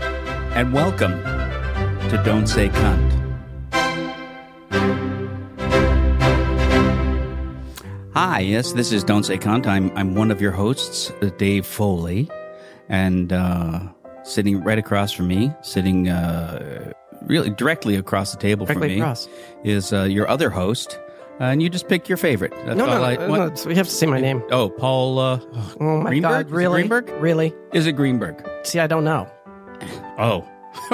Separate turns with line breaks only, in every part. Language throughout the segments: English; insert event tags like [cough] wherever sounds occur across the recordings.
and welcome to Don't Say Cunt. Hi, yes, this is Don't Say Cunt. I'm, I'm one of your hosts, uh, Dave Foley, and uh, sitting right across from me, sitting uh, really directly across the table from
Directly
me,
across.
is uh, your other host, uh, and you just pick your favorite. That's
No,
all
no, no,
I-
no,
what-
no, so we have to say my name.
Oh, Paul. Uh, oh,
Oh my
Greenberg? Is
God,
it
really?
Greenberg?
Really?
is it Greenberg?
See, I don't know.
Oh,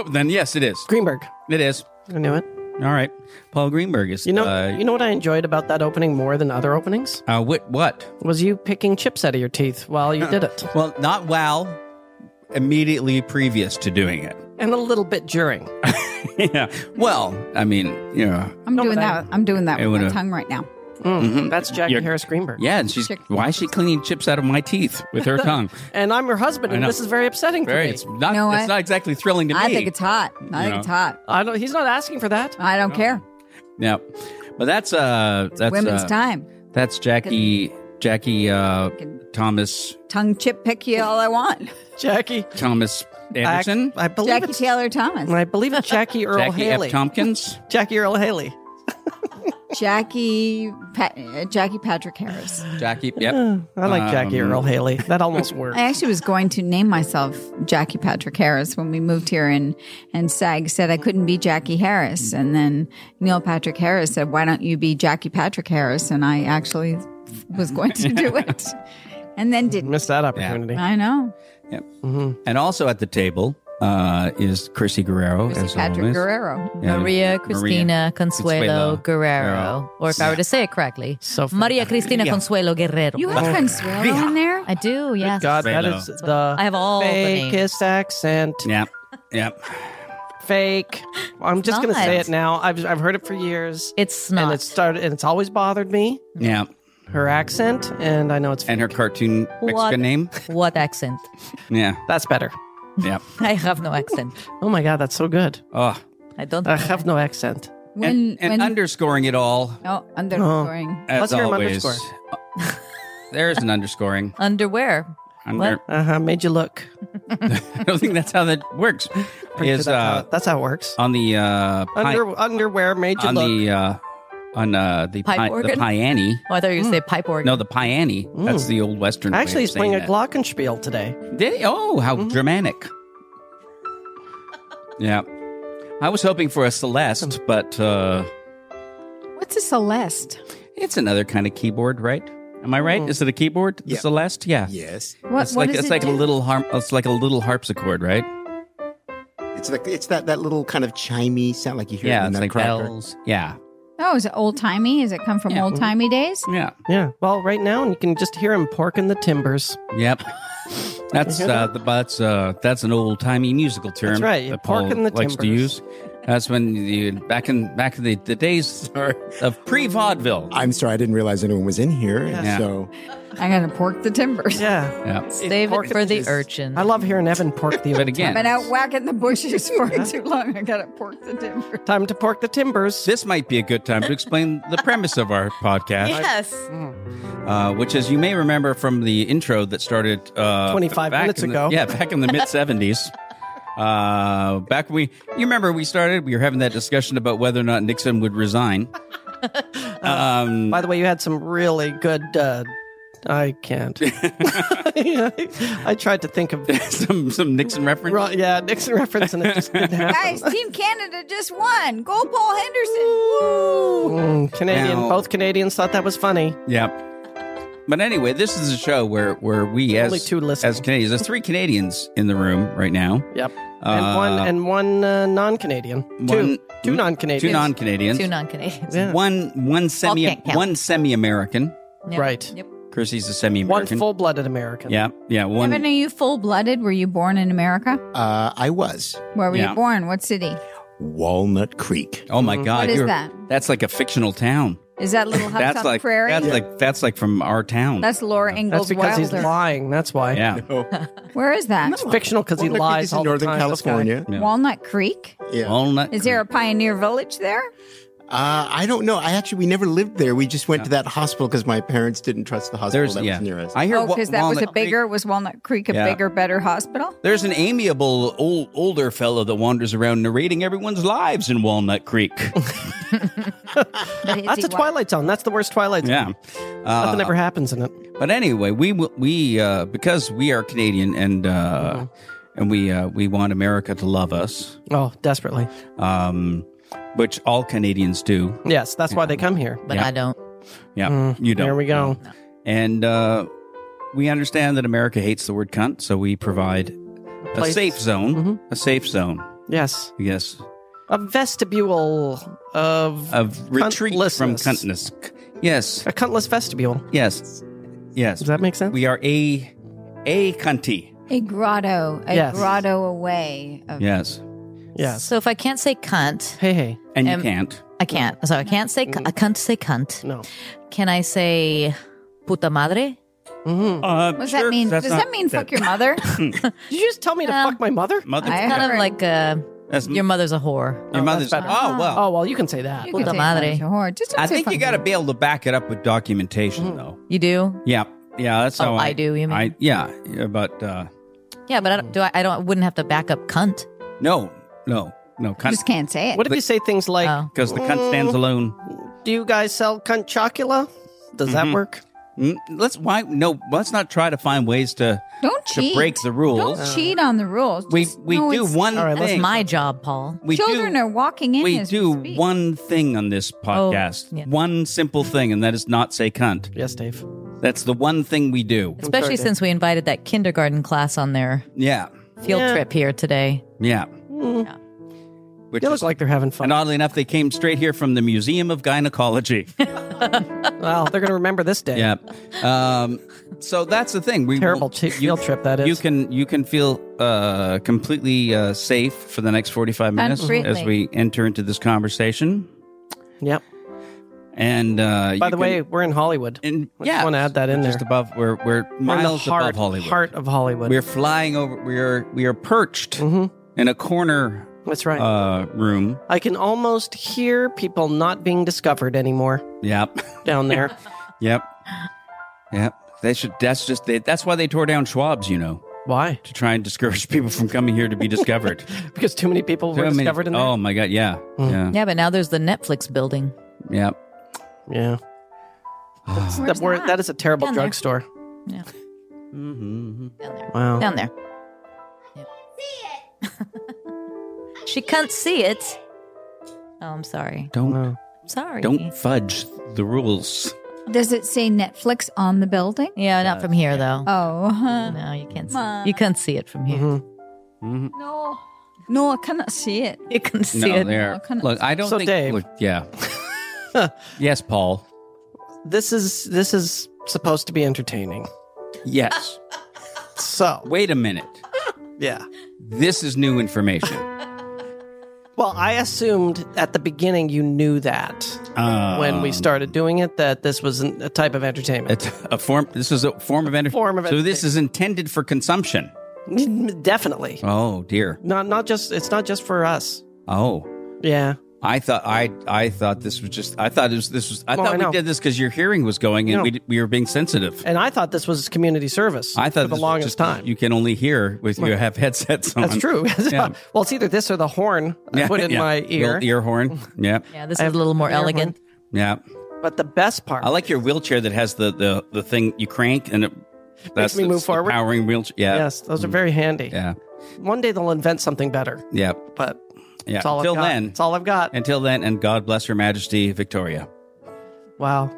[laughs] then yes, it is.
Greenberg.
It is.
I knew it.
All right. Paul Greenberg is.
You know,
Uh,
you know what I enjoyed about that opening more than other openings
uh, what? What?
was you picking chips out of your teeth
[laughs]
while you did it,
Well, not while immediately previous to doing it. [laughs]
and a little bit during.
yeah. Well, I mean, you know,
I'm
No,
doing
but I-
that. I'm doing that
It
with my
would've-
tongue right now.
Mm, That's Jackie
Mm-hmm. You're-
Harris Greenberg.
yeah, and she's
Chick-
why is she cleaning chips out of my teeth with
[laughs]
her tongue?
And I'm your husband,
I
and
know.
this is very upsetting for
Very.
me.
It's not.
No,
it's
I-
not exactly thrilling to
I
me.
think it's hot. I
You
think
know.
it's hot.
I don't. He's not asking for that.
I don't care.
Yeah. But that's uh that's
Women's
uh,
time.
That's Jackie Jackie uh Thomas
Tongue chip pick you all I [laughs] want.
Jackie
Thomas
I-
Anderson.
I, believe
Jackie
it's.
Taylor Thomas.
I believe it's
[laughs]
Jackie Earl
Jackie
Haley.
F.
[laughs]
Tompkins.
Jackie Earl Haley.
Jackie pa- uh, Jackie Patrick Harris.
Jackie. Yep.
I like Jackie
Um,
Earl Haley. That
[laughs]
almost worked.
I actually was going to name myself Jackie Patrick Harris when we moved here, and and SAG said I couldn't be Jackie Harris, and then Neil Patrick Harris said, "Why don't you be Jackie Patrick Harris?" And I actually was going to
[laughs]
do it, and then didn't.
Missed that opportunity.
I know.
Yep. And also at the table uh, is Chrissy Guerrero. as
Patrick
always.
Guerrero.
Yeah,
Maria Cristina Consuelo
Consuelo Guerrero.
Guerrero. Or if I were to say it correctly,
So fun.
Maria Cristina Consuelo Guerrero.
You have Consuelo in there?
I do, yes.
God, that
Hello.
is the
I have all the names.
fakest accent.
Yep.
[laughs]
Yep.
fake. I'm just gonna
not.
say it now. I've I've heard it for years,
It's
and
not.
it started, and it's always bothered me.
Yep.
Her accent, and I know it's
And her cartoon Mexican
What?
name.
what accent? [laughs]
Yeah.
[laughs] that's better.
Yep.
I have no accent.
Oh my god, that's so good.
Oh.
I don't.
I have no accent.
When
And, and
when
underscoring it all
oh, underscoring.
as
Let's hear him
always.
underscore.
[laughs] There's an underscoring.
[laughs] Underwear.
Under-
Uh huh. Made you look.
I don't think that's how that works.
[laughs] Pretty sure
Is
that's,
uh,
how, that's how it works.
on the uh, pi-
Under, underwear made you
on
look.
the uh, on uh, the
Pipe
pi- the
organ?
piani.
Oh, I thought you
Hmm.
would say pipe organ.
No, the piani. That's the old Western. way
Mm. Actually,
of
he's playing a Mm-hmm.
saying that.
glockenspiel today.
Did he? Oh, how Germanic. yeah. I was hoping for a Celeste,
Mm.
but uh,
What's a Celeste?
it's another kind of keyboard, right? Am I
Mm.
right? Is it a keyboard? The Celeste? Yeah.
Yes,
What,
It's
what
like
does
it's
it
like a
do?
little harm. It's like a little harpsichord, right?
it's like it's that, that little kind of chimey sound like you hear
Yeah,
in
it's
the
like
Nutcracker.
bells. Yeah,
Oh, is it old timey? Is it come from
Yeah.
old timey days?
yeah,
Yeah. Well, right now, and you can just hear him porking the timbers. [laughs]
yep. That's
hear
uh, the that's uh, that's an old timey musical term.
right, you're
That Paul
porking the
likes to
timbers.
use. That's when you back in back in the, the days [laughs] of pre vaudeville.
I'm sorry, I didn't realize anyone was in here,
Yeah.
and so
I'm gonna pork the timbers.
Yeah.
Yeah.
Save it for the
Pork-
urchin.
I love hearing Evan pork
[laughs]
the.
But
old
again,
I've been out whacking the bushes for too long. I gotta pork the timbers.
time to pork the timbers.
This might be a good time to explain the premise of our podcast,
Yes.
uh, which, as you may remember from the intro that started uh,
25
back
minutes
in the-
ago.
Yeah, back in the mid
[laughs]
70s. Uh, back when we, you remember we started, we were having that discussion about whether or not Nixon would resign. [laughs] Um,
By the way, you had some really good. Uh, I
[laughs]
can't. [laughs] I tried to think of. [laughs]
some some Nixon reference.
Ro- Yeah, Nixon reference, and it just
[laughs]
didn't happen.
Guys, Team Canada just won. Go Paul Henderson. Woo!
Mm, Canadian,
Now-
both Canadians thought that was funny.
Yeah. But anyway, this is a show where where we
Only
as
two listening.
as Canadians, there's three Canadians in the room right now.
Yep,
Uh,
and one and one uh, non-Canadian,
one-
two two non-Canadians,
Two non-Canadians.
Two non-Canadians.
Yeah.
One one semi
can't count.
one semi-American.
[laughs] Yep.
Right.
Yep.
Chrissy's a semi
one
American.
full-blooded American.
Yeah, yeah. One.
Evan, are you full blooded? Were you born in America?
uh, I was
Where were
Yeah.
you born? What city?
Walnut Creek.
oh my God!
What is
you're-
that?
That's like a fictional town.
Is that little house
that's
on
like
the prairie?
that's like that's like from our town.
That's Laura Ingalls
that's because he's
Wilder.
lying. That's why.
yeah.
[laughs]
Where is that?
It's fictional because he
Walnut Creek
lies
Oh. is in
all the
Northern
time, this guy.
California.
Yeah.
Walnut Creek?
Yeah.
Walnut.
Is there a pioneer village there?
Uh, I don't know. I actually, we never lived there. We just went to that hospital because my parents didn't trust the hospital
There's
that
yeah.
was near us.
I hear
Oh,
Wa-
because that was a
Walnut Creek-
bigger was Walnut Creek a
Yeah.
bigger, better hospital?
There's an amiable old older fellow that wanders around narrating everyone's lives in Walnut Creek.
But is
That's
he
a Twilight Zone. That's the worst Twilight Zone.
yeah. Uh,
Nothing ever happens in it.
But anyway, we w- we uh, because we are Canadian and uh,
Mm-hmm.
and we uh, we want America to love us,
Oh, desperately.
um, which all Canadians do.
Yes, that's why they come here.
wa- But
Yeah.
I don't.
Yeah,
Mm,
you don't.
There we go.
And uh, we understand that America hates the word cunt, so we provide a
Place. Mm-hmm.
safe zone, a safe zone.
Yes,
Yes,
a vestibule of
of retreat from
Cuntlessness.
cuntness. Yes,
a cuntless vestibule.
yes, yes.
Does that make sense?
We are a a cunty.
A grotto, a
Yes.
grotto away. Of,
Yes,
yes.
So if I can't say cunt,
Hey, hey.
and you
Um,
can't.
I can't. So I can't say cu- I can't say cunt.
No.
Can I say puta madre?
hmm
Uh,
What does
sure,
that mean?
that's
Does
not-
that mean fuck your
[laughs]
mother?
Did you just tell me to
Well,
fuck my mother?
Mother,
I-
Kind of
heard-
like uh,
that's,
your mother's a whore.
your
Oh,
mother's.
that's
Oh
better.
well,
Oh well, you can say that.
You
Puta
can say
madre.
mother's a whore. Just don't
I
say
think you
fuck
got to
your-
be able to back it up with documentation, though.
You do?
Yeah, yeah, that's how
oh, I, do. You mean?
I yeah, yeah, but uh,
yeah, but I don't. Do I, I don't. Wouldn't have to back up cunt.
no, no, no,
You
cunt
just can't say it.
What if you say things like,
Oh.
because the cunt stands alone.
"Do you guys sell cunt chocula? Does that work?"
Mm, Let's why no? Let's not try to find ways to
Don't
to
cheat.
break the rules. Uh.
Don't cheat on the rules.
we
Just
we
know
do
it's-
one
All right, let's
thing.
That's my job, Paul.
we
Children
do,
are walking in.
we
as
do
speak.
one thing on this podcast.
yeah.
One simple thing, and that is not say cunt.
Yes, Dave.
That's the one thing we do.
Especially since we invited that kindergarten class on their
Yeah,
field
Yeah.
trip here today.
yeah.
Yeah.
Which
They
is
look like they're having fun.
And oddly enough, they came straight here from the Museum of Gynecology.
Well, they're going to remember this day.
yeah. Um, so that's the thing. We
Terrible
will-
chi- field trip that is.
You can you can feel uh, completely uh, safe for the next forty five minutes as
Completely.
we enter into this conversation.
Yep.
And uh,
By
you
the
can-
way, we're in Hollywood.
and,
I just
yeah,
wanna add that in
just
there.
above we're we're
We're in
miles
the heart,
above Hollywood.
heart of Hollywood.
We're flying over. We are we are perched
Mm-hmm.
in a corner
That's right.
uh, room.
I can almost hear people not being discovered anymore
Yep. [laughs]
down there.
Yep. Yep. They should. That's just. They, that's why they tore down Schwab's. You know,
Why?
to try and discourage [laughs] people from coming here to be discovered.
Because too many people [laughs] were
I mean,
discovered in there. Hmm.
oh my god. Yeah.
Yeah, but now there's the Netflix building.
Yeah.
yeah.
Where's
That, we're, that is a terrible
Down there.
drugstore.
Yeah. Down there.
Wow.
Down there. she can't see it. Oh, I'm sorry.
Don't
Wow.
Sorry.
don't fudge the rules.
Does it say Netflix on the building?
Yeah, not from here
Uh,
though.
Oh. huh.
No, you can't. See, you can't see it from here.
Mm-hmm.
No. No, I cannot see it.
You can see
No,
it.
there.
I kinda-
Look, I don't
So,
think.
Dave-
Look, yeah.
[laughs]
yes, Paul.
This is this is supposed to be entertaining.
Yes.
So
Wait a minute.
yeah.
This is new information.
Well, I assumed at the beginning you knew that when we started doing it that this was an, a type of entertainment.
Um. It's a form. This is a form of entertainment.
Form of
so this is intended for consumption.
[laughs] Definitely.
Oh dear.
Not not just it's not just for us.
Oh.
Yeah.
I thought I I thought this was just I thought it was this was I
Well,
thought
I
we
know.
did this because your hearing was going and
No.
we d- we were being sensitive.
And I thought this was community service
I thought this
for the
was
longest
just-
time.
You can only hear with you have headsets on.
That's true. [laughs]
Yeah.
well, it's either this or the horn
[laughs]
I
Yeah,
put in
yeah.
my
Little
ear.
ear
[laughs]
horn. Yeah,
Yeah, this is a little more elegant.
yeah.
But the best part,
I like your wheelchair that has the the, the thing you crank and it that's
me
the-
move
it's the
forward.
Powering wheelchair. Yeah,
yes, those are very handy.
yeah,
One day they'll invent something better.
yeah,
But
yeah.
it's all
Until
I've got.
then,
it's all I've got.
until then, and God bless Her Majesty Victoria.
wow.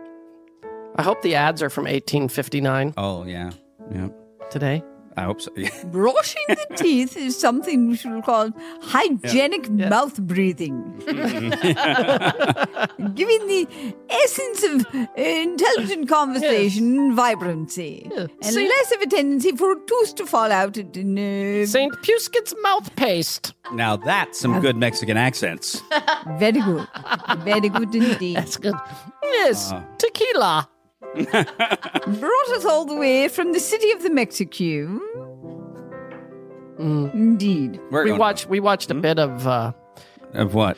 I hope the ads are from 1859
Oh yeah, yeah.
today.
I hope so. [laughs]
Brushing
[laughs]
the teeth is something we should call hygienic mouth breathing.
Mm-hmm.
[laughs] Giving the essence of intelligent conversation vibrancy. And
See-
less of a tendency for a tooth to fall out at an, uh,
Saint Pusket's mouthpaste.
now that's some good Mexican
[laughs]
accents.
Very good. Very good indeed.
That's good. Yes,
Uh-huh.
tequila.
Brought us all the way from the city of the Mexico. Indeed.
We're
We
going-
Mm.
Hmm?
watched we watched a bit of uh,
of what?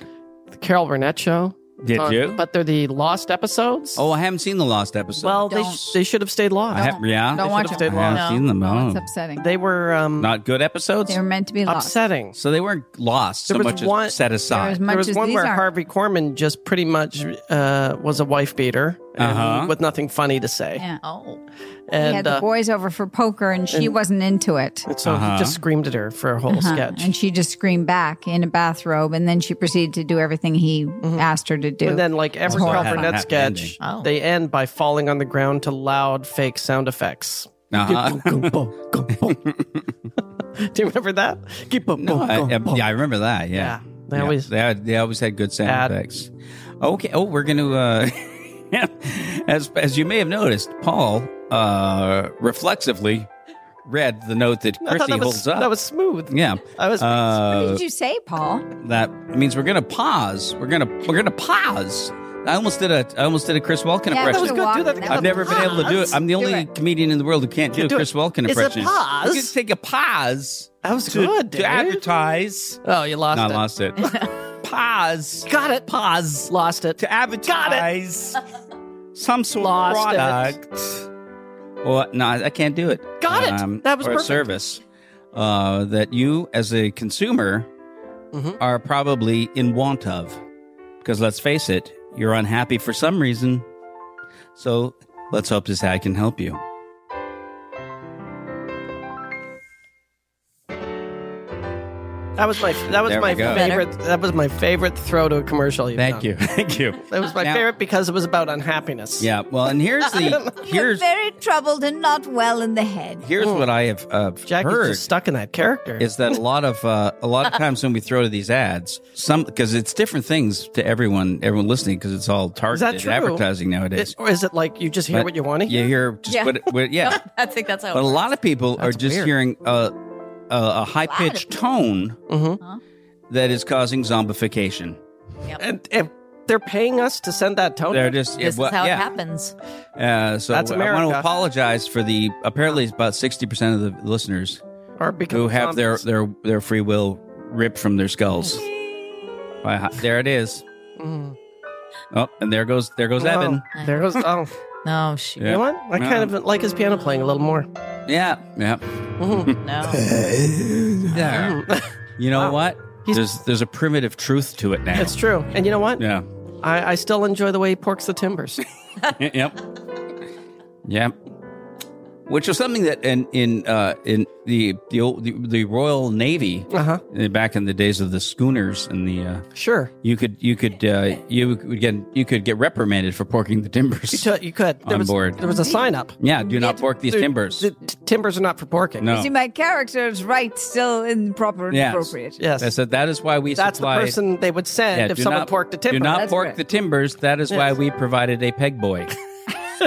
the Carol Burnett show.
Did
Uh,
you?
But they're the lost episodes.
Oh, I haven't seen the last episode.
well, they,
Don't.
sh- they should have stayed lost.
I have, yeah,
Don't watch
should've
it.
stayed
I haven't
long.
seen them.
No,
Oh.
it's upsetting. They,
They were um,
Not good episodes.
were meant to be lost.
upsetting.
so they weren't lost
There
so
was
much
one-
as set
There
aside.
was much
there was
as
one
these
where
are.
Harvey Korman just pretty much uh, was a wife beater and-
Uh-huh.
with nothing funny to say.
Yeah.
Oh.
He
And
had the
uh,
boys over for poker, and she wasn't into it.
and so
Uh-huh.
he just screamed at her for a whole sketch.
And she just screamed back in a bathrobe, and then she proceeded to do everything he asked her to do.
and then, like every
why it
Carl
had a
Burnett
happy
sketch,
ending. Oh.
they end by falling on the ground to loud fake sound effects.
[laughs] Uh-huh. [laughs]
Do you remember that? Keep up.
No, I, I- yeah, I remember that.
Yeah,
Yeah,
they
Yeah,
always-
they, had- they always had good sound
Add-
effects. Okay. Oh, we're gonna. Uh, [laughs] as as you may have noticed, Paul uh, reflexively read the note that
I thought
Chrissy
that was,
holds up.
That was smooth.
yeah.
I was. [laughs]
what
Uh,
did you say, Paul?
that means we're gonna pause. We're gonna we're gonna pause. I almost did a I almost did a Chris Walken
Yeah,
impression.
was good. Do that
walking.
again.
I've never been able to do it. I'm the
Do
only
it.
comedian in the world who can't do a
do it.
Chris Walken
It's a
impression.
pause.
You can just take a pause
that was
to,
good.
to
Dave.
advertise.
Oh, you lost
No, I
it.
lost
[laughs]
it. pause
Got it. Pause. Lost it.
to advertise some sort
Lost
of
it.
product. Or no, I can't do it. Um,
Got it. That was
or a
perfect.
service uh, that you, as a consumer,
Mhm.
are probably in want of. Because let's face it, you're unhappy for some reason. So let's hope this ad can help you.
That was my. That was
There we
my
go.
favorite. That was my favorite throw to a commercial. You've
Thank
done.
you, [laughs] thank you.
That was my
Now-
favorite because it was about unhappiness.
Yeah. Well, and here's the here's
Very troubled and not well in the head.
here's what I have uh,
Jackie's
heard.
just stuck in that character.
is that a lot of uh, a lot of times when we throw to these ads, some because it's different things to everyone everyone listening because it's all targeted
true?
advertising
It-
nowadays.
or is it like you just hear
But
what you want to hear?
You hear just
Yeah.
what, it- what yeah,
[laughs] I think that's how
but a lot of people
That's
are just
weird.
hearing a a, a high pitched tone
Mhm.
that is causing zombification.
And, and they're paying us to send that tone.
They're just
This
well,
is how
yeah.
it happens.
Uh, so
That's
I want
America.
to apologize for the apparently it's about sixty percent of the listeners
or because um,
who have their, their their free will ripped from their skulls. By hi- there it is.
Mm-hmm.
Oh, and there goes there goes Evan.
There goes.
[laughs]
Oh,
No, shoot.
you know
Yeah.
what? I kind of like his piano playing a little more.
Yeah, yeah. [laughs]
No.
There. You know what? there's there's a primitive truth to it now.
It's true. And you know what?
Yeah.
I, I still enjoy the way he porks the timbers.
[laughs] Y- yep. Yep. Which was something that in in uh, in the the old the, the Royal Navy
Uh-huh.
uh, back in the days of the schooners and the uh,
Sure.
you could you could uh, you would get you could get reprimanded for porking the timbers.
You, t- you could. There
On
was,
board.
There was a sign up.
yeah, do not pork these
The-
timbers.
The t- timbers are not for porking.
No.
You see, my character's right, still in proper and
Yes.
appropriate.
Oh. Yes.
I said that is why we
That's the
supply.
person they would send
Yeah,
if
do
someone
not-
porked a timber.
Do not
That's
pork
right.
the timbers. That is why we provided a peg boy.
[laughs]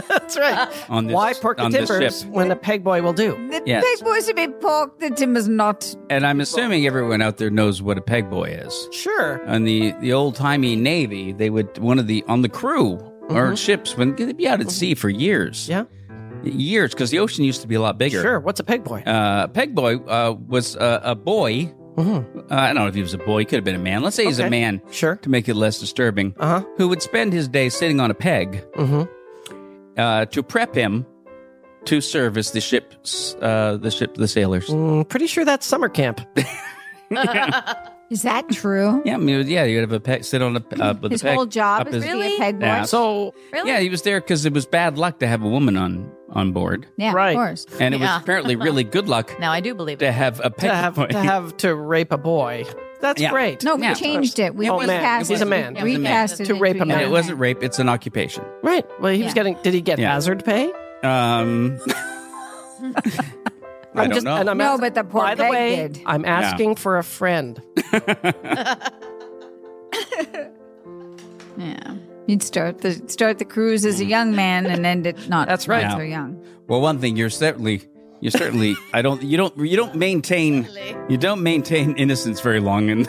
That's right.
[laughs] On this-
Why pork the
on this
timbers
ship.
when a peg boy will do?
The
Yes.
pig boys to be porked, the timber's not.
And I'm assuming everyone out there knows what a peg boy is.
Sure.
On the, the old timey Navy, they would, one of the, on the crew or ships, when they'd be out at sea for years.
Mm-hmm. Yeah.
Years, because the ocean used to be a lot bigger.
Sure. What's a peg boy?
Uh, peg boy uh, was uh, a boy. Uh, I don't know if he was a boy. He could have been a man. Let's say he's
Mm-hmm. Okay.
a man.
Sure.
To make it less disturbing.
Uh huh.
Who would spend his day sitting on a peg
Mhm.
uh, to prep him to service the ship's, uh, the ship, the sailors.
Mm, pretty sure that's summer camp.
Is that
[laughs]
true?
Yeah, I mean, yeah, you'd have a peg, sit on a uh, with
His
a peg
whole job
up
is
his-
to be a
Really?
peg boy.
Yeah.
So
Really?
Yeah, he was there because it was bad luck to have a woman on on board,
Yeah,
Right.
of course.
and it
Yeah.
was apparently really good
[laughs]
luck
Now I do believe
to
it.
have a peg
to have
boy.
to have to rape a boy. That's
Yeah.
great.
No, we
Yeah.
changed it. We
Oh, man.
recast
He's a
it.
man.
We
He was a man.
recast it
To rape a
into
[laughs] and it
man.
wasn't rape; it's an occupation.
Right. Well, he was
Yeah.
getting. Did he get
Yeah.
hazard pay?
[laughs]
Um, I don't know.
And I'm
No,
ask-
but the poor
By the
peg
way,
did.
I'm asking for a friend.
Yeah. You'd start the start the cruise as a young man and end it not.
Mm. That's right.
not
Yeah.
So young.
well, one thing you're certainly you're
[laughs]
certainly I don't you don't you don't maintain you don't maintain innocence very long in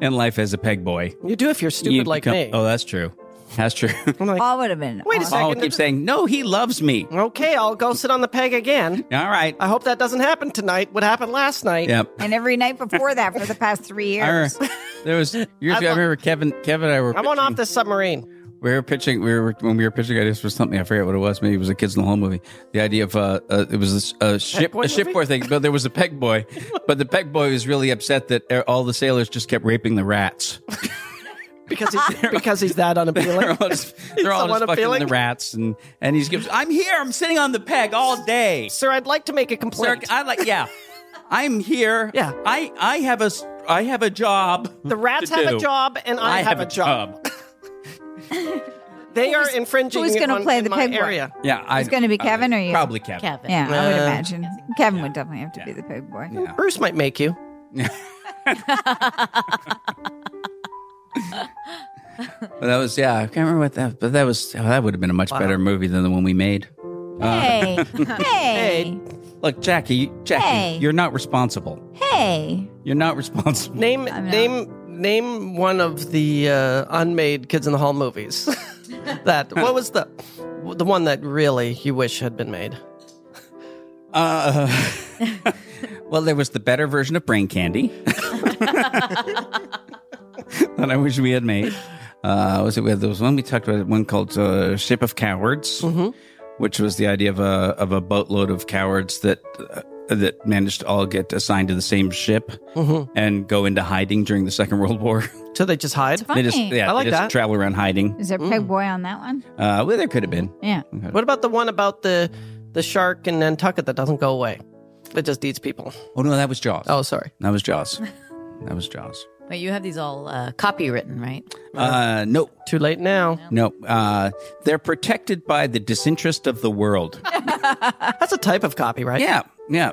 in life as a peg boy.
You do if you're stupid
You
like
become-
me.
Oh, that's true. That's
[laughs]
true.
I'm like,
Paul would have been.
Wait a
awesome.
Paul
Second-
keeps saying, "No, he loves me."
okay, I'll go sit on the peg again.
All right.
I hope that doesn't happen tonight. What happened last night?
Yep.
And every night before that for the past
[laughs]
three
I re-
years.
there was years ago, I remember Kevin. Kevin and I were
I'm on
pitching-
off this submarine.
We were pitching. We were when we were pitching ideas for something. I forget what it was. Maybe it was a Kids in the Hall movie. The idea of uh, uh it was a, a ship,
boy
a ship
movie?
boy thing. But there was a peg
[laughs]
boy, but the peg boy was really upset that uh, all the sailors just kept raping the rats.
Because
[laughs]
he's, because he's that
They're
unappealing.
all
[laughs]
just, they're all
so
just fucking
unappealing.
the rats, and and he's gives. I'm here. I'm sitting on the peg all day.
Sir, I'd like to make a
Sir,
complaint.
I like.
[laughs]
Yeah, I'm here.
Yeah.
I I have a s- I have a job.
the rats
to
have
do.
a job, and I, have, a job. They are infringing
who's gonna
on-
play
in
the
my
pegboard?
area.
Yeah, I,
It's gonna be
I-
Kevin or you?
Probably Kevin.
Kevin.
yeah, I would
Uh,
imagine. Kevin would definitely have to be the pig boy.
Bruce might make you.
But that was yeah. I can't remember what that. But that was oh, that would have been a much better movie than the one we made.
Hey, hey,
Uh, [laughs] Hey.
Look, Jackie, Jackie,
Hey.
you're not responsible.
hey.
You're not [laughs] responsible.
Name
I'm not-
name name one of the uh, unmade Kids in the
[laughs]
Hall movies. that what was the the one that really you wish had been made?
Uh, [laughs] well, there was the better version of Brain Candy [laughs] that I wish we had made. Uh, was it? We had there was one we talked about. One called uh, Ship of Cowards,
Mm-hmm.
which was the idea of a of a boatload of cowards that uh, that managed to all get assigned to the same ship
Mm-hmm.
and go into hiding during the Second World War. [laughs]
So they just Mm. hide.
They just
Funny.
yeah,
I like
they just
that.
travel around hiding.
Is there pig boy on that one?
Uh, well, there could have been.
Yeah.
What about the one about the the shark in Nantucket that doesn't go away? It just eats people.
Oh no, that was Jaws.
Oh, sorry.
that was Jaws. that was Jaws.
But you have these all uh, copywritten, right?
Uh, no,
Too late now.
no. Uh, they're protected by the disinterest of the
[laughs]
world.
That's a type of copyright.
yeah, yeah.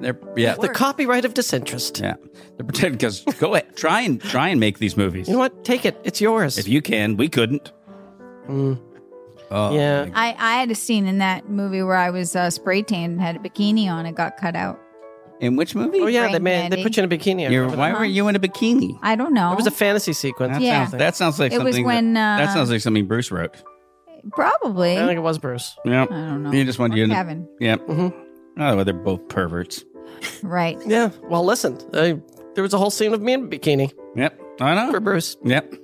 They're yeah,
The copyright of disinterest.
yeah. They're protected because [laughs] go ahead, try and try and make these movies
You know what? Take it. It's yours.
if you can. We couldn't. Oh,
Mm. yeah.
I, I had a scene in that movie where I was uh, spray tanned and had a bikini on and got cut out.
In which movie?
Oh yeah, they
Brain
made, they
Mandy.
put you in a bikini. I
You're,
remember that.
why were you in a bikini?
I don't know.
It was a fantasy sequence.
That
Yeah.
sounds that sounds like
It was
something. that-
when, uh,
that sounds like something Bruce wrote.
Probably.
I think it was Bruce.
Yeah,
I don't know.
You just want
Or
you. to-
Kevin.
Yeah.
Mm-hmm.
Oh, well, they're both perverts.
[laughs]
Right.
Yeah. Well, listen, I, there was a whole scene of me in a bikini
Yep. I know.
for Bruce.
Yep.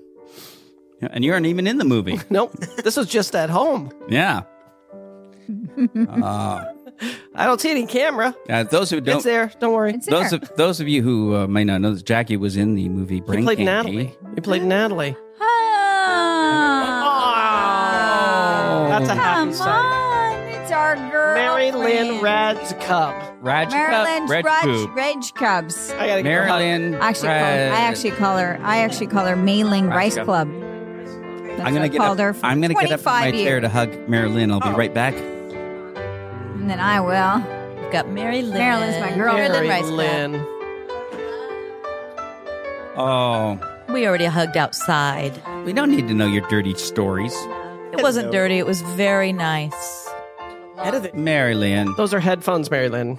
Yeah, And you aren't even in the
[laughs]
movie.
Nope. this was just at home.
Yeah.
I don't see any camera.
Uh, those who
It's
don't,
there. Don't worry.
It's
those
there.
of, those of you who uh, may not know, this, Jackie was in the movie Brain
You played
Candy.
Natalie. You played Natalie.
Ah.
That's a
Come
Oh. happy sight.
on. It's our girl.
Mary Lynn
friend.
Rad's Cub.
Raj
Marilyn
Red
Rudge,
Boob.
Reg Cubs.
I gotta
Marilyn.
I actually, call,
Raj-
I actually call her. I actually call her Mayling
Rice
Rice
Cub.
Club. That's
I'm
what I
gonna get
called her.
up.
For
I'm gonna get up from
25
my chair
years.
to hug Marilyn. I'll be right back.
and then I will.
We've got Mary Lynn.
Marilyn's my girl.
go
Mary
hug
Lynn
Mary
Rice Club.
Lynn.
Oh,
We already hugged outside.
we don't need to know your dirty stories,
It wasn't dirty. It was very nice.
Marilyn.
Those are headphones, Mary Lynn.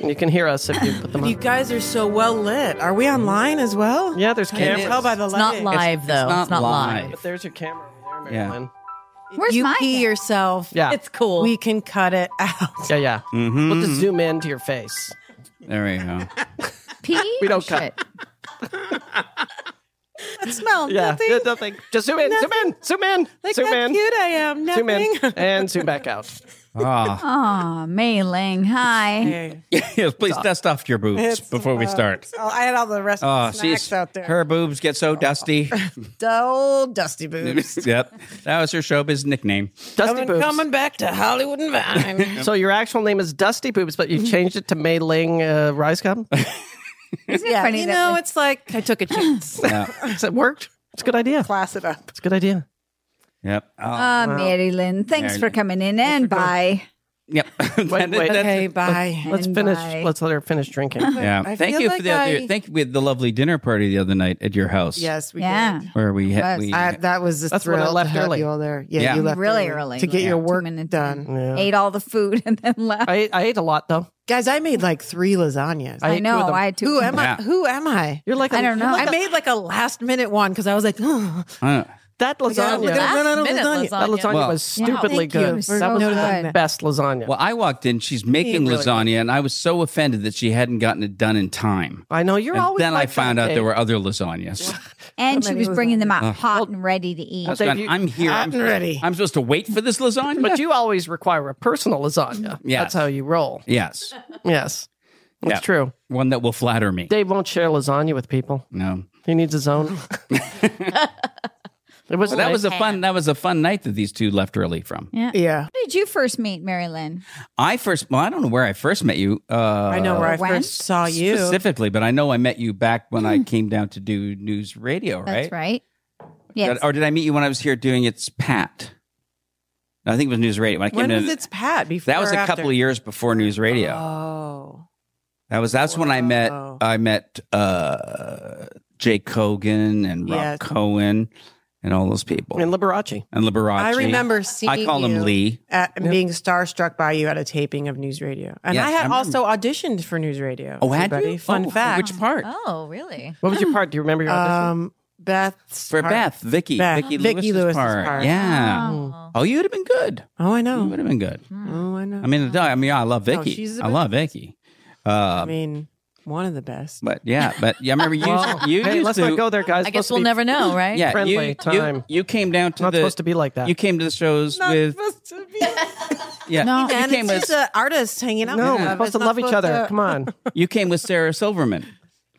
And you can hear us if you put them
You
on.
guys are so well lit. Are we online as well?
Yeah, there's
I can
cameras.
tell by the
It's not
lighting.
live though.
not
It's not live.
live.
But there's your camera over there, Mary
Yeah.
Lynn.
Where's
you
my
pee yourself.
Yeah.
It's cool.
We can cut it out.
yeah, yeah.
Mhm.
We'll just zoom in to your face.
There we go.
[laughs] pee?
We don't cut.
Shit.
That smell.
Yeah,
Nothing.
yeah, [laughs] nothing. Just zoom in, zoom in, zoom in,
Like
zoom
how
in,
cute I am.
zoom
Nothing. [laughs]
in, and zoom back out.
Ah,
Aw,
[laughs]
Mayling. Hi.
Okay.
yes. Please dust off your boobs
It's,
before we
uh,
start.
Oh, I had all the rest
Oh,
of the snacks
she's
out there.
her boobs get so dusty.
dull,
[laughs]
dusty boobs.
yep, that was her showbiz nickname.
Dusty
coming,
boobs.
coming back to Hollywood and [laughs] Vine.
So your actual name is Dusty Boobs, but you
Mm-hmm.
changed it to Mei Ling uh,
[laughs]
Rice Cup.
Isn't it
yeah,
funny
you
that
know,
we-
it's like I took a [laughs] chance.
Has it worked? It's a good idea. It's
Class it up.
a good idea.
Yep. Oh,
Ah, Marilyn, thanks for
Marilyn.
coming in and bye.
yep. [laughs] That-
wait.
that-
Okay, bye.
Let's
And
finish.
bye.
Let's let her finish
[laughs]
drinking.
yeah.
I
thank
feel
you for
like
the other,
I-
thank you with the lovely dinner party the other night at your house.
Yes, we
Yeah.
did.
Where we had
Yes.
we
I, that was a
That's when I
thrill
left
to have
early.
you all there. Yeah,
Yeah.
you left
Really early.
to get
Yeah,
your
two
work
minutes
done.
Yeah.
Ate all the food and then [laughs] left.
I, I ate a lot though.
Guys, I made like three lasagnas.
I
I,
ate two
know.
of them.
I had two.
who am
Yeah.
I? Who am I?
You're like
I
I
don't know.
I made like a last minute one because I was like, "Ugh,
Uh,
That
gotta look
lasagna.
at it. no, no,
Last minute
lasagna.
That lasagna
Well-
was
Yeah,
stupidly
thank you
good.
for
That was
noticing
the
that.
best lasagna.
Well, I walked in. She's making
really-
lasagna, and I was so offended that she hadn't gotten it done in time.
I know you're
And
always.
then I
like
found
that,
out
Dave.
there were other lasagnas.
And she
many
was
was
bringing them out hot and ready to eat.
I was
Dave,
going,
you-
I'm here.
hot
I'm,
and ready."
I'm supposed to wait for this lasagna?
[laughs] But you always require a personal lasagna.
[laughs] Yes.
That's how you roll.
yes.
Yes. It's
Yeah.
true.
One that will flatter me.
Dave won't share lasagna with people.
No.
He needs his
[laughs]
own. [laughs] it was
So that
nice.
was a fun that was a fun night that these two left early from.
yeah. When
Yeah.
did you first meet Mary Lynn?
I first well, I don't know where I first met you. Uh I
I know where I
when?
first saw you.
specifically, but I know I met you back when I came down to do news radio, right?
That's right. Yes.
Or did I meet you when I was here doing It's Pat? No, I think it was News Radio. When I came
When
in,
was its Pat before?
that was
or
a
after?
couple of years before News Radio.
Oh.
that was that's when I met
wow.
I met uh, Jake Kogan and Rob
Yes.
Cohen and all those people
And Liberace.
and Liberace.
I remember seeing
I call
you
him Lee.
At, and being starstruck by you at a taping of News Radio. And
Yes,
I
I
had
remember.
also auditioned for News Radio.
Oh, had
everybody.
you?
Fun
Oh,
fact.
Which part?
Oh, really?
What
[gasps]
was your part? Do you remember your audition?
Um, Beth's
For
part-
Beth, Vicky,
Beth.
Vicky,
Vicky
Lewis's,
Lewis's
part.
part.
Yeah.
Oh.
Oh, you would have been good.
Oh, I
You
know.
would have been good.
Oh, I know.
I mean, I mean, I love
No,
Vicky.
Oh, she's the
I love Vicky. Uh,
I mean, one of the best.
but yeah, but yeah, I
[laughs]
remember you.
Well,
you
hey,
used
let's
to,
not go there, guys.
I
Let's
guess we'll
be-
never know, right?
Yeah,
Friendly
you- you,
time.
You, came down to
Not
the.
supposed to be like that.
you came to the shows
Not
with.
supposed to be.
Yeah,
No.
you
[laughs] And
came
it's
with.
just an artist hanging out.
no,
with
we're
them.
supposed to
It's not
love each
supposed
other.
to-
Come on.
you came with Sarah Silverman.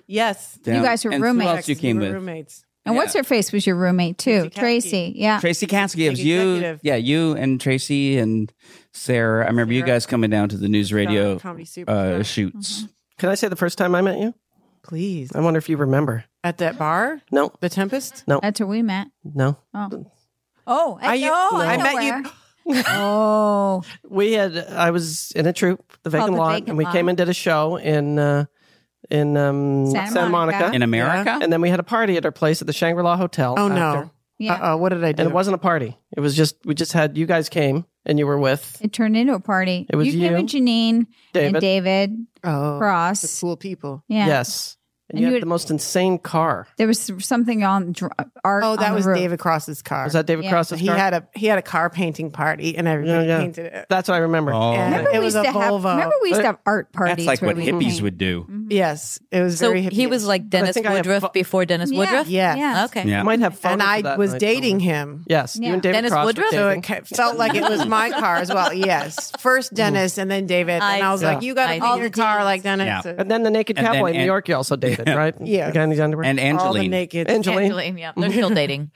Yes.
down-
guys were
and
roommates.
Who else you
We
came
were
with?
roommates.
and what's her face was your roommate too,
Tracy Katke.
Tracy. Yeah.
Tracy Kasky. It was
Big
you.
executive.
Yeah, you and Tracy and Sarah. I remember you
Sarah.
guys coming down to the news radio
Comedy Super.
uh, shoots.
Can I say the first time I met you?
Please.
I wonder if you remember.
At that bar,
No,
The Tempest.
That's where we met.
no.
Oh. Oh, I,
I-
know. I,
I
know
met you-
where.
[laughs]
oh,
We had. I was in a troupe, the vacant
the
lot,
Vacant
and we
Lot.
came and did a show in uh, in um,
Santa
Santa,
Monica.
Monica,
in America.
and then we had a party at our place at the Shangri La Hotel.
Oh,
after.
no.
yeah.
Uh oh. What did I do?
And it wasn't a party. It was just we just had you guys came and you were with
It turned into a party.
It was
came
you,
with Janine and
David.
David
Oh.
Cross.
The cool people.
Yeah.
Yes, and,
And
you
you
had
had-
the most insane car.
There was something on dr- art.
Oh,
on
that
the
was
roof.
David Cross's car.
Was that David
Yeah.
Cross's
he
car?
had a he had a car painting party and everybody
Yeah, yeah.
painted it.
That's what I remember.
Oh,
And
Remember
it
we
was a
used to have.
Volvo.
Remember we used to have art
that's
parties.
like
where
what
we Mm-hmm.
hippies
paint.
would do.
Yes, it was
Mm-hmm. So
very.
he
hippie.
was like Dennis
think I have
Woodruff
fu-
before Dennis
Yeah,
Woodruff.
Yes.
yeah.
Okay.
Yeah.
I might have fun.
and I was
Oh
dating
him.
him.
Yes,
Yeah.
you and David
Dennis
Cross were
Woodruff?
So
dating.
it ca- felt like it was my car as well. Yes, first Dennis and then David, and
I
I was
see.
like, "You got
I
to all
see.
the car like Dennis."
Yeah.
So-
and then the naked
And then
cowboy in
An-
New York.
[laughs]
You also dated, right?
Yeah.
The guy in his underwear.
And
all the
Angeline.
naked
Angeline.
Angeline, yeah. They're still dating.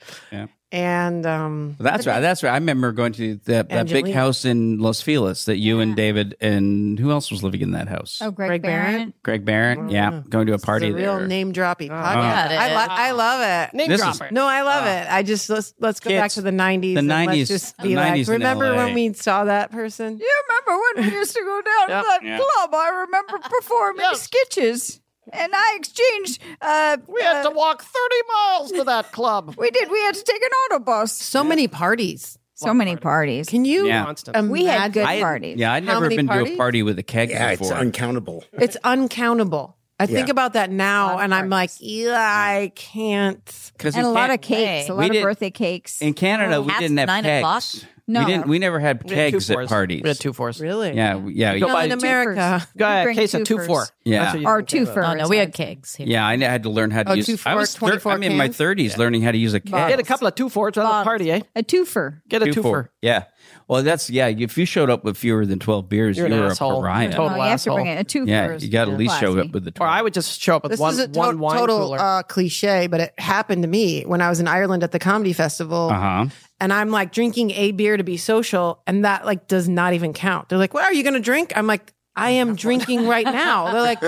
and um,
That's right. That's right. I remember going to that, that big
Angelina.
house in Los Feliz that you and David and who else was living in that house?
Oh, Greg,
Greg
Barron.
Barrett?
Greg Barron. Yeah, going to a
it's
party
a real
there.
name droppy. podcast.
Got it.
I, lo- I love it.
Oh. Name
This
dropper.
No, I love it. I just let's let's go back
Kids,
to the nineties.
the 90s
Let's just be
the
like,
90s in
remember
LA.
when we saw that person?
You remember when we used to go down to that
Yeah.
club? I remember performing sketches, and I exchanged. Uh,
we had
uh,
to walk 30 miles to that club.
we did. We had to take an autobus.
So many parties.
So many parties.
Can you?
Yeah.
Constant.
Imagine?
we had good
I-
parties.
Yeah, I'd
How
never
many
been to a
parties?
party with a keg
Yeah, it's
before.
uncountable.
It's uncountable. I think
Yeah.
about that now,
of
and I'm like, yeah, I can't.
'Cause in
and a lot
Can-
of cakes, a
We
lot of
did-
birthday cakes.
in Canada, we
Hats
didn't have
nine
kegs.
o'clock?
No.
we didn't. We never had
We had
[laughs]
two
kegs at
fours.
parties.
We had two fours.
Really?
Yeah, w- yeah,
Go
yeah.
buy-
in America.
Go ahead,
Drink
case of two
twofers.
four.
Yeah.
That's what you
Or
think
two
about it.
first.
Oh, no, we had kegs here.
Yeah, I n- had to learn how to
Oh,
use.
two
I
four-
was thir-
24
I'm in my
cans?
thirties, learning how to use a keg.
Get a couple of two fours at the
Bottles.
party, eh?
a twofer.
Get a
Two
twofer.
four. Yeah. Well, that's yeah. If you showed up with fewer than twelve beers,
You're
you
an
were
asshole.
a pariah.
You're
No,
total
you have to bring
asshole.
it. A twofer.
yeah,
is
you got to at least show up
classy.
with the
Or
twelve.
I would just show up with
This
one,
is a to-
one wine
total
cooler.
uh, cliche, but it happened to me when I was in Ireland at the comedy festival,
Uh huh.
and I'm like drinking a beer to be social, and that like does not even count. They're like, "What are you going to drink?" I'm like, "I am drinking right now." They're like,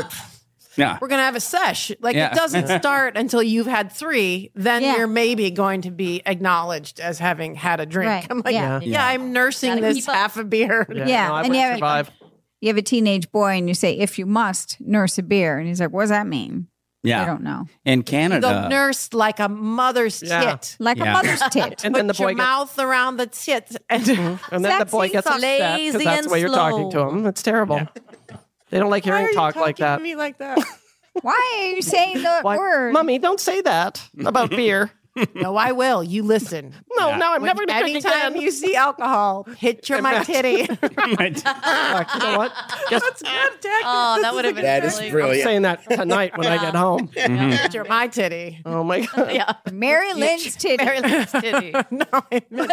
Yeah.
"We're going to have a sesh." Like
Yeah.
it doesn't start until you've had three, then
Yeah.
you're maybe going to be acknowledged as having had a drink.
Right.
[laughs] I'm like,
Yeah.
"Yeah, I'm nursing
Gotta
this
keep up.
half a beer."
Yeah,
I
and
wouldn't
yeah,
survive.
You have a teenage boy, and you say, "If you must, nurse a beer," and he's like, "What does that mean?" I
Yeah.
don't know.
In
The
Canada,
nurse like a mother's
Yeah.
tit.
Like
Yeah.
a mother's tit.
[laughs] And
Put
then the
your
boy gets,
mouth around the tit. And
and then the boy
Sexy,
gets upset because
lazy,
that's
and
the way you're talking to
slow.
him. It's terrible. They don't like hearing talk like that.
me like that?
Why are you saying the
Why-
[laughs]
word?
Mommy, don't say that about beer.
no, I will. You listen.
No, no, [laughs] I'm
When-
never going to drink
anytime
again.
you see alcohol,
[laughs]
picture my titty.
Fuck, you know what? Just
Oh, that would have been
That is
really
I'm
brilliant.
saying that tonight when I get home.
picture my
[laughs]
titty.
Oh my god.
yeah.
Mary Lynn's titty.
[laughs] Very loose titty.
No, I mean,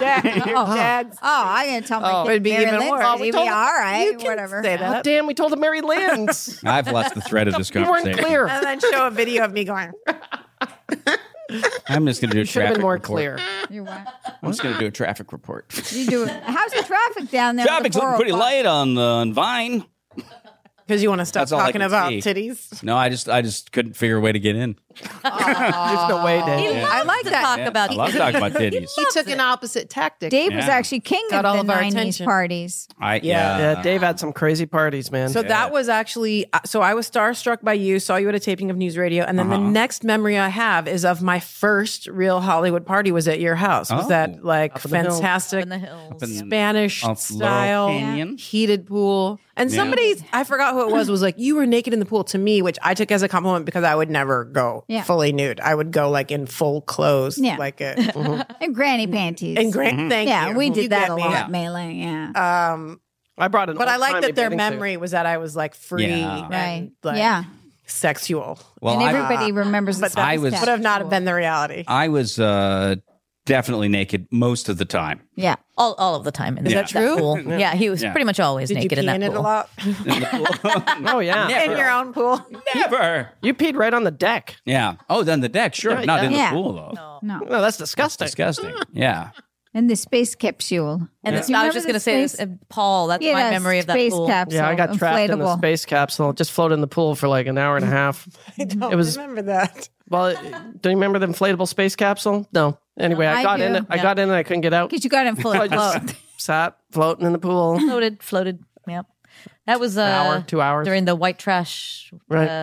dad, [laughs] your dad's.
Oh, I'm gonna tell my
Oh,
kid
it'd be
Mary
even
Lynn's
worse.
titty.
We
Be all
told-
right,
You can
whatever.
say
Oh,
that.
damn, we told him Mary Lynn's.
I've lost the thread of this
[laughs] you
conversation.
weren't clear.
and then show a video of me going.
I'm just going to do a
Should
traffic
have been more
report.
clear.
You what?
I'm just going to do a traffic report.
You do it. How's the traffic down there? on the
Traffic's looking
405?
pretty light on the on Vine.
Because you want to stop
That's all I
talking
can
about
see.
titties.
No, I just I just couldn't figure a way to get in.
There's no way, Dave.
He
I
loves
like
to
that.
talk
Yeah,
about
I love talking about titties.
He took an opposite tactic.
Dave was
Yeah.
actually king
Got
of
all
the
of our
90s
attention.
parties.
I yeah.
Yeah, Dave had some crazy parties, man.
So that was actually uh, so I was starstruck by you, saw you at a taping of News Radio, and then
Uh-huh.
the next memory I have is of my first real Hollywood party was at your house. Was
Oh.
that like
in the hills.
fantastic
in the hills.
in-
Spanish
Off
style
Laurel Canyon.
heated pool. And
Yeah.
somebody, I forgot who it was, was like, You were naked in the pool to me, which I took as a compliment because I would never go
Yeah.
fully nude. I would go like in full clothes.
Yeah.
Like a,
And granny panties.
and Grant,
Mm-hmm.
thank
yeah,
you.
we
You
did that
get
a
me.
lot, Melee. Yeah.
Um,
I brought an
but I like
old-timey
that their
bathing suit.
memory was that I was like free
Yeah.
and
right.
like
yeah.
sexual.
well,
and
I,
[laughs]
everybody remembers
But
the
that
I was-
sex.
Would have not have been the reality.
I was uh, definitely naked most of the time.
Yeah.
all, all of the time. In
Is
the,
that
true?
pool. yeah, he was
Yeah.
pretty much always
Did you
naked
pee
in that
in it
pool.
a lot?
Oh yeah.
Never.
in your own pool?
Never.
You peed right on the deck.
Yeah. Oh, then the deck, sure.
Yeah,
Not in
yeah.
the pool though.
No.
No, that's disgusting.
Disgusting. Yeah.
And the space capsule.
And
You
it's not,
remember
I was just
the
going to say,
space-
this, uh, Paul, that's
yeah,
my
the
memory of that
space
pool.
capsule.
yeah, I got trapped in the
inflatable.
space capsule. Just floated in the pool for like an hour and a half.
[laughs] I don't
It was-
remember that.
Well, do you remember the inflatable space capsule? No. Anyway, I,
I
got
do.
in it. I got in and I couldn't get out.
Because you got in
[laughs]
full
I just
clothes.
sat floating in the pool.
Floated, floated. Yep. That was uh,
An hour, two hours.
during the white trash
Right.
uh,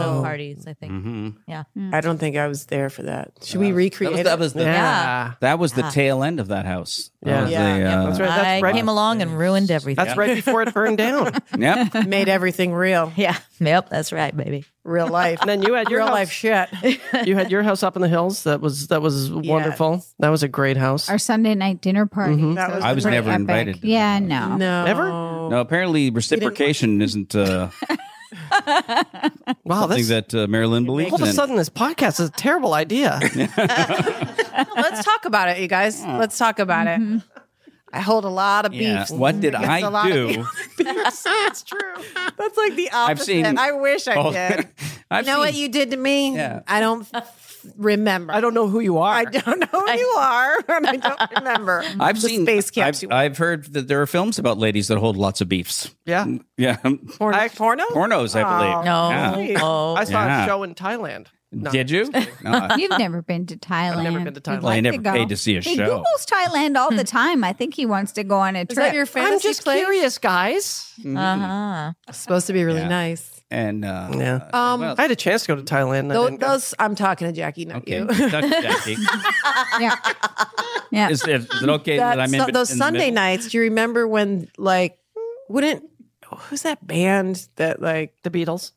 Winslow
Oh, Mm.
parties, I think.
Mm-hmm.
I don't think I was there for that. Should we recreate?
That was that was
it?
the,
yeah.
that was the tail end of that house. That
Yeah.
was the,
Oh, Yeah.
uh,
That's right. That's
I
right.
came along and ruined everything.
That's right before it burned
[laughs]
down.
[laughs] Yep.
made everything real,
Yeah. [laughs] Yep. That's right, baby.
real
[laughs]
life.
And then you had your
real
house.
life shit.
You had your house up in the hills. That was that was wonderful. That was a great house.
Our Sunday night dinner party.
That was
I was
pretty
never
epic.
invited to
Yeah,
that.
no.
Mm-hmm. no, Oh.
Ever?
No, apparently reciprocation isn't uh,
Wow,
something
that's
that uh, Marilyn believes
all of a
in.
sudden this podcast is a
[laughs]
terrible idea.
Let's talk about it, you guys. Let's talk about it. I hold a lot of beef.
yeah. What did
Against a
I
lot of
do?
people. That's true. [laughs] That's like the opposite. i
seen-
wish I
[laughs] Oh,
did.
I've
You know what
seen-
you did to me?
Yeah.
I don't f- remember.
I don't know who you are.
I don't know who you are, [laughs] and I don't remember.
I've
the
seen
space
I've,
capsule.
I've heard that there are films about ladies that hold lots of beefs.
Yeah.
Yeah,
Porn- porno?
[laughs] pornos, I believe.
No.
Yeah.
Oh.
[laughs] I saw
Yeah.
a show in Thailand. No.
Did you? No,
You've never been to Thailand.
never been to Thailand.
I
Like
never
to go.
paid to see a
He
show.
Googles Thailand all the time. I think he wants to go on a trip.
Hmm. Is that your fantasy
I'm just
place?
curious, guys.
Uh-huh.
Supposed to be really
Yeah.
nice.
And uh,
Yeah.
Um,
well,
I had a chance to go to Thailand. and I
Those,
didn't go.
those I'm talking to Jackie, not
okay,
you.
Kentucky Jackie.
Yeah. Yeah.
Is, is it okay that,
[laughs] That
I'm in
su-
bet-
those
in the
Sunday
middle?
nights. Do you remember when like wouldn't who's that band that like
the Beatles.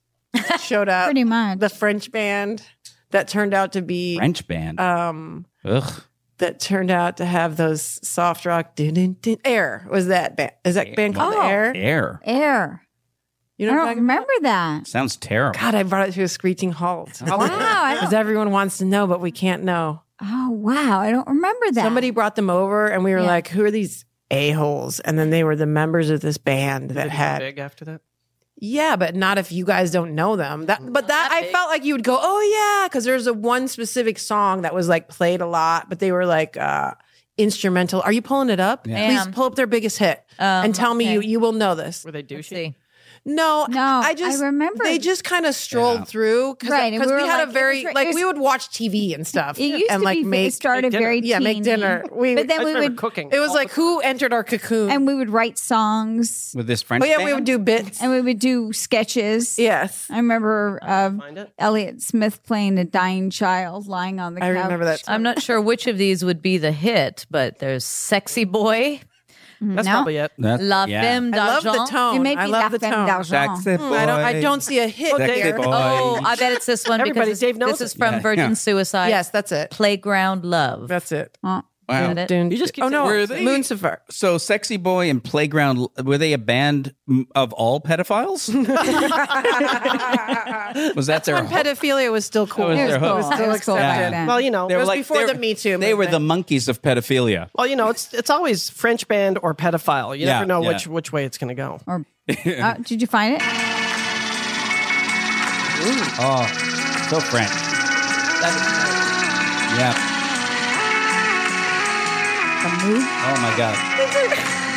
showed up?
Pretty much.
The French band that turned out to be
French band?
um
Ugh.
that turned out to have those soft rock dun, dun, dun, air. Was that band? Is that band called
Oh.
Air?
Air
Air.
You
I
know what
don't
I'm talking about?
remember that.
sounds terrible.
God, I brought it to a screeching halt.
Wow. I
Because
don't,
everyone wants to know, but we can't know.
oh, wow. I don't remember that.
Somebody brought them over, and we were
Yeah.
like, "Who are these a holes?" And then they were the members of this band
Did
that
it get
had
big after that.
Yeah, but not if you guys don't know them. That, but that, I felt like you would go, oh yeah, because there's a one specific song that was like played a lot, but they were like uh, instrumental. Are you pulling it up?
Yeah.
I
Please
am.
pull up their biggest hit
Um,
and tell me you you will know this.
Were they
Let's
douchey?
see.
No,
No,
I
I
just
remember.
they just kind of strolled through because
Right, and
we,
we were
had
like- it
a
was
very
right- it
like
was-
we would watch TV and stuff.
it used
and
to
like
be
make
it started
dinner.
very
yeah make
teeny.
dinner. We
but then
I
we
remember
would
cooking.
it was like who entered our cocoon.
and we would write songs
With this French
oh yeah,
band?
we would do bits.
and we would do sketches.
yes,
I remember uh,
find it.
Elliot Smith playing a dying child lying on the
I
couch.
remember that.
I'm not sure which of these would be the hit, but there's Sexy Boy,
That's
no.
probably it.
That,
La
yeah.
femme
I love
d'argent.
the tone.
It may be
I love
La
the
Femme
tone.
d'Argent.
Sexy
I don't. I
boy.
don't see a hit
Sexy
there.
boy.
Oh, I bet it's this one because
Everybody,
this,
Dave knows
this is
it.
from
Yeah.
Virgin
Yeah.
Suicide.
Yes, that's it.
Playground Love.
That's it.
Well,
Wow.
Got it?
Dun-
You just keep
oh no,
Where are they?
Moon Safar.
So, Sexy Boy and Playground, were they a band mm, of all pedophiles? was that their
When
whole-
pedophilia was still cool.
was
it was
their
cool.
hook.
It was,
still
cool back
accepted. [laughs]
then.
Well, you know,
They were
was before
they
the
were-
Me Too
They were the
movement.
monkeys of pedophilia.
well, you know, it's it's always French band or pedophile. You
Yeah,
never know
yeah.
which which way it's going to go.
Or, uh, did you find it?
Oh, so French. yeah.
The move.
Oh my God.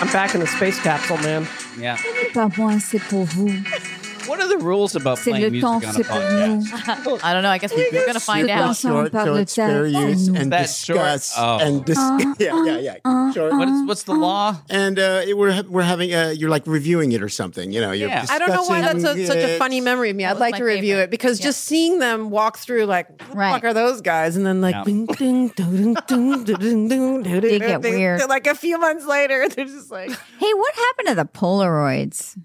I'm back in the space capsule, man.
Yeah.
Pas moi, c'est pour vous.
What are the rules about
C'est
playing
le
music on
temps,
a
c'est pour nous.
podcast?
I don't know. I guess we, we're gonna find
Le temps
out.
s'en
Short, so
parle
it's fair
tel.
use and
That's short.
discuss
Oh.
and dis-
Uh,
[laughs] yeah, yeah, yeah. short.
What is, what's the law?
and uh, it, we're we're having uh, you're like reviewing it or something. You know, you're
Yeah.
I don't know why that's a,
discussing
such a
it.
funny memory of me. I'd
was
like
my
to review
favorite.
it because just seeing them walk through, like, what
Right.
the fuck are those guys? And then, like,
Yeah.
ding, ding, ding, ding, ding, ding, ding, ding,
They get
ding,
weird.
ding, Like a few months later, [laughs] they're just like,
Hey, what happened to the Polaroids?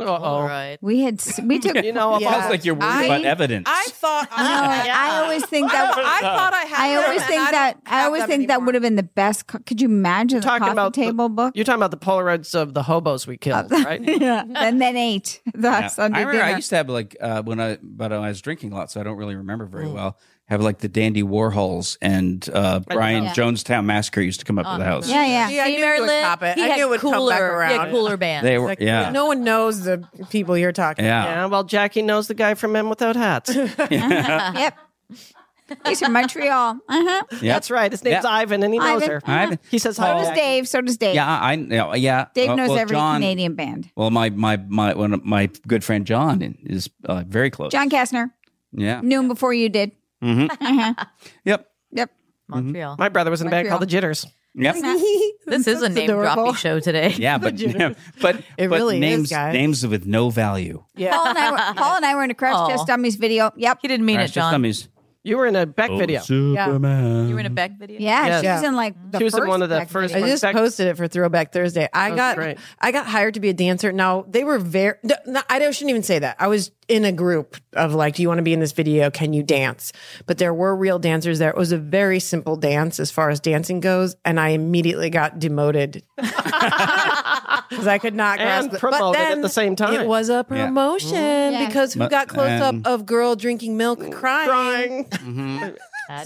Uh
All
oh.
right.
We had s- we took.
You know,
Uh-huh. Yeah.
Sounds like you're worried
I-
about evidence.
I thought I,
I,
had-
I always think
I,
that.
[laughs]
I thought I had.
I
them,
always
and
think
don't
that. I
have
always
them
think that
anymore.
would have been the best. co- Could you imagine the
talking
coffee
about the-
table book?
You're talking about the Polaroids of the hobos we killed, right?
yeah, and [laughs] then [laughs] ate that
Yeah.
Sunday
I remember
dinner.
I used to have like uh, when I but I was drinking a lot, so I don't really remember very
Mm.
well. Have like the Dandy Warhols and uh, Brian
Yeah. Oh,
Jonestown Massacre used to come up to the house.
yeah, yeah.
Yeah, I knew it would
Lynn,
pop it.
He
I
had
knew it would
cooler,
come back
He had
around.
cooler bands.
They were
Like,
yeah.
No one knows the people you're talking.
yeah.
yeah. Well, Jackie knows the guy from Men Without Hats.
Yep. He's from Montreal.
[laughs]
Uh huh.
Yeah.
That's right. His name's
Yeah.
Ivan, and he knows
Ivan.
her.
Ivan.
He says
So
hi.
does
Jackie.
Dave. So does Dave.
Yeah, I know. Yeah,
Dave
Uh,
knows
well,
every
John-
Canadian band.
Well, my my my one of my good friend John is uh, very close.
John Kastner
Yeah.
knew him before you did.
Yep.
Yep.
mm-hmm.
Montreal.
My brother was in a band
Montreal.
called The Jitters.
Yep.
[laughs]
This is a
That's
name
adorable.
dropping show today.
Yeah, but yeah, but
It
but
really is,
names
guys.
names with no value.
Paul and I were, Paul and I were in a Crash
Aw.
Test Dummies video. Yep.
[laughs] He didn't mean
Crash
it,
Test
John.
Dummies.
You were in a back
Oh,
video.
Superman.
You were in a Beck video.
Yeah,
Yes.
she was in like the
She was in
first
one of the
Beck
first
videos.
I
One
just
sec. Oh,
posted it for Throwback Thursday. I got
great.
I got hired to be a dancer. Now they were very. th- No, I don't- shouldn't even say that. I was in a group of like, do you want to be in this video? Can you dance? But there were real dancers there. It was a very simple dance as far as dancing goes, and I immediately
[laughs]
got demoted [laughs] because I could not grasp
And
it.
promoted at the same time. Mm-hmm.
It was a promotion
Yeah.
because who
But
got close
then-
up of girl drinking milk crying.
Crying.
So
And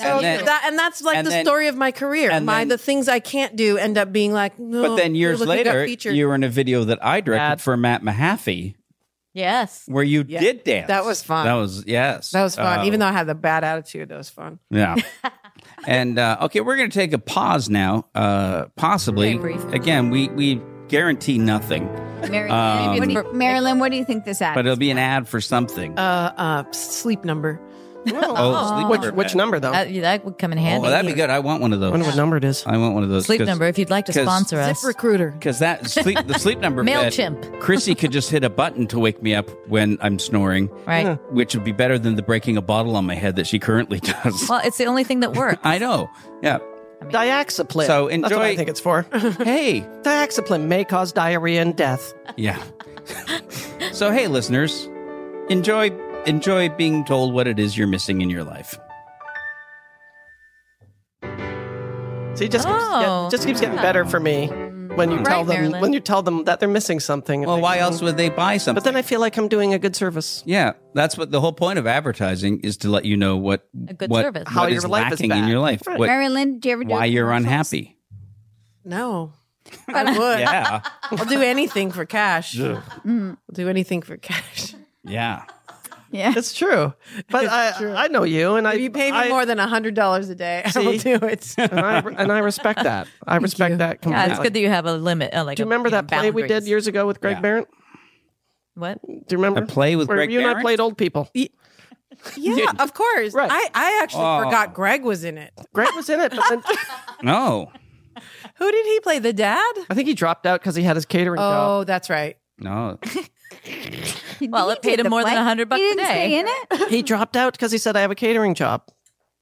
then-
that, and that's like
and
the
then-
story of my career.
and
My
then-
the things I can't do end up being like. No,
But
Oh,
then years
look, you got
later,
featured.
you were in a video that I directed
Bad.
for Matt Mahaffey,
Yes.
where you did dance.
That was fun.
That was yes.
That was fun.
Uh,
Even though I had the bad attitude, that was fun.
yeah. [laughs] and uh, okay, we're going to take a pause now. Uh, possibly
Very brief.
again, we we guarantee nothing,
Marilyn,
Um,
what do you-
Maybe it's-
Marilyn, what do you think this ad?
but it'll be an ad for something.
Uh, uh, sleep number.
oh, sleep
Which
number
which
ad.
number though?
That, that would come in
Oh,
handy.
that'd be good. I want one of
I wonder what
those.
number it is.
I want one of those.
Sleep
'cause-
number if you'd like to
'cause-
sponsor us.
Zip recruiter.
Because that sleep, the sleep number bed,
Mailchimp.
Chrissy could just hit a button to wake me up when I'm snoring,
Right.
which would be better than the breaking a bottle on my head that she currently does.
Well, it's the only thing that
[laughs]
worked.
I know. Yeah.
Diaxiplim.
So
That's what I
enjoy-
think it's for. [laughs]
Hey.
Diaxiplim may cause diarrhea and death.
Yeah. so hey, listeners, enjoy enjoy being told what it is you're missing in your life.
See, it just keeps
Oh. Mm.
get- just keeps getting better for me when you tell
Right,
them
Marilyn.
when you tell them that they're missing something. It
Well,
makes
why
me-
else would they buy something?
But then I feel like I'm doing a good service.
yeah, that's what the whole point of advertising is to let you know what
A good
what,
service.
what
How
your
is
life is
lacking in
bad.
your life,
Right.
what,
Marilyn, do you ever do
why you're
commercials?
unhappy.
No, [laughs] I would.
Yeah,
I'll do anything for cash. Mm-hmm. I'll do anything for cash.
[laughs]
[laughs]
yeah.
Yeah.
It's true, but I I know you, and I
If you pay me
I,
more than hundred dollars a day, I will
See?
do [laughs] it.
[laughs] and I and I respect that. I respect that completely.
Yeah, it's good that you have a limit. Uh, like
Do you remember that play we did years ago with Greg
Yeah.
Barrett?
What?
Do you remember
A play with
where
Greg
you and I
Barrett?
played old people?
yeah, of course.
Right.
I, I actually
Oh.
forgot Greg was in it.
Greg was in it, but
[laughs]
then
No,
Who did he play? The dad?
I think he dropped out because he had his catering job.
Oh, that's right.
[laughs]
no.
Well, it
He
paid
did
him
the
more
play.
than a hundred bucks
He
a
didn't stay
day.
in it.
He dropped out because he said I have a catering job.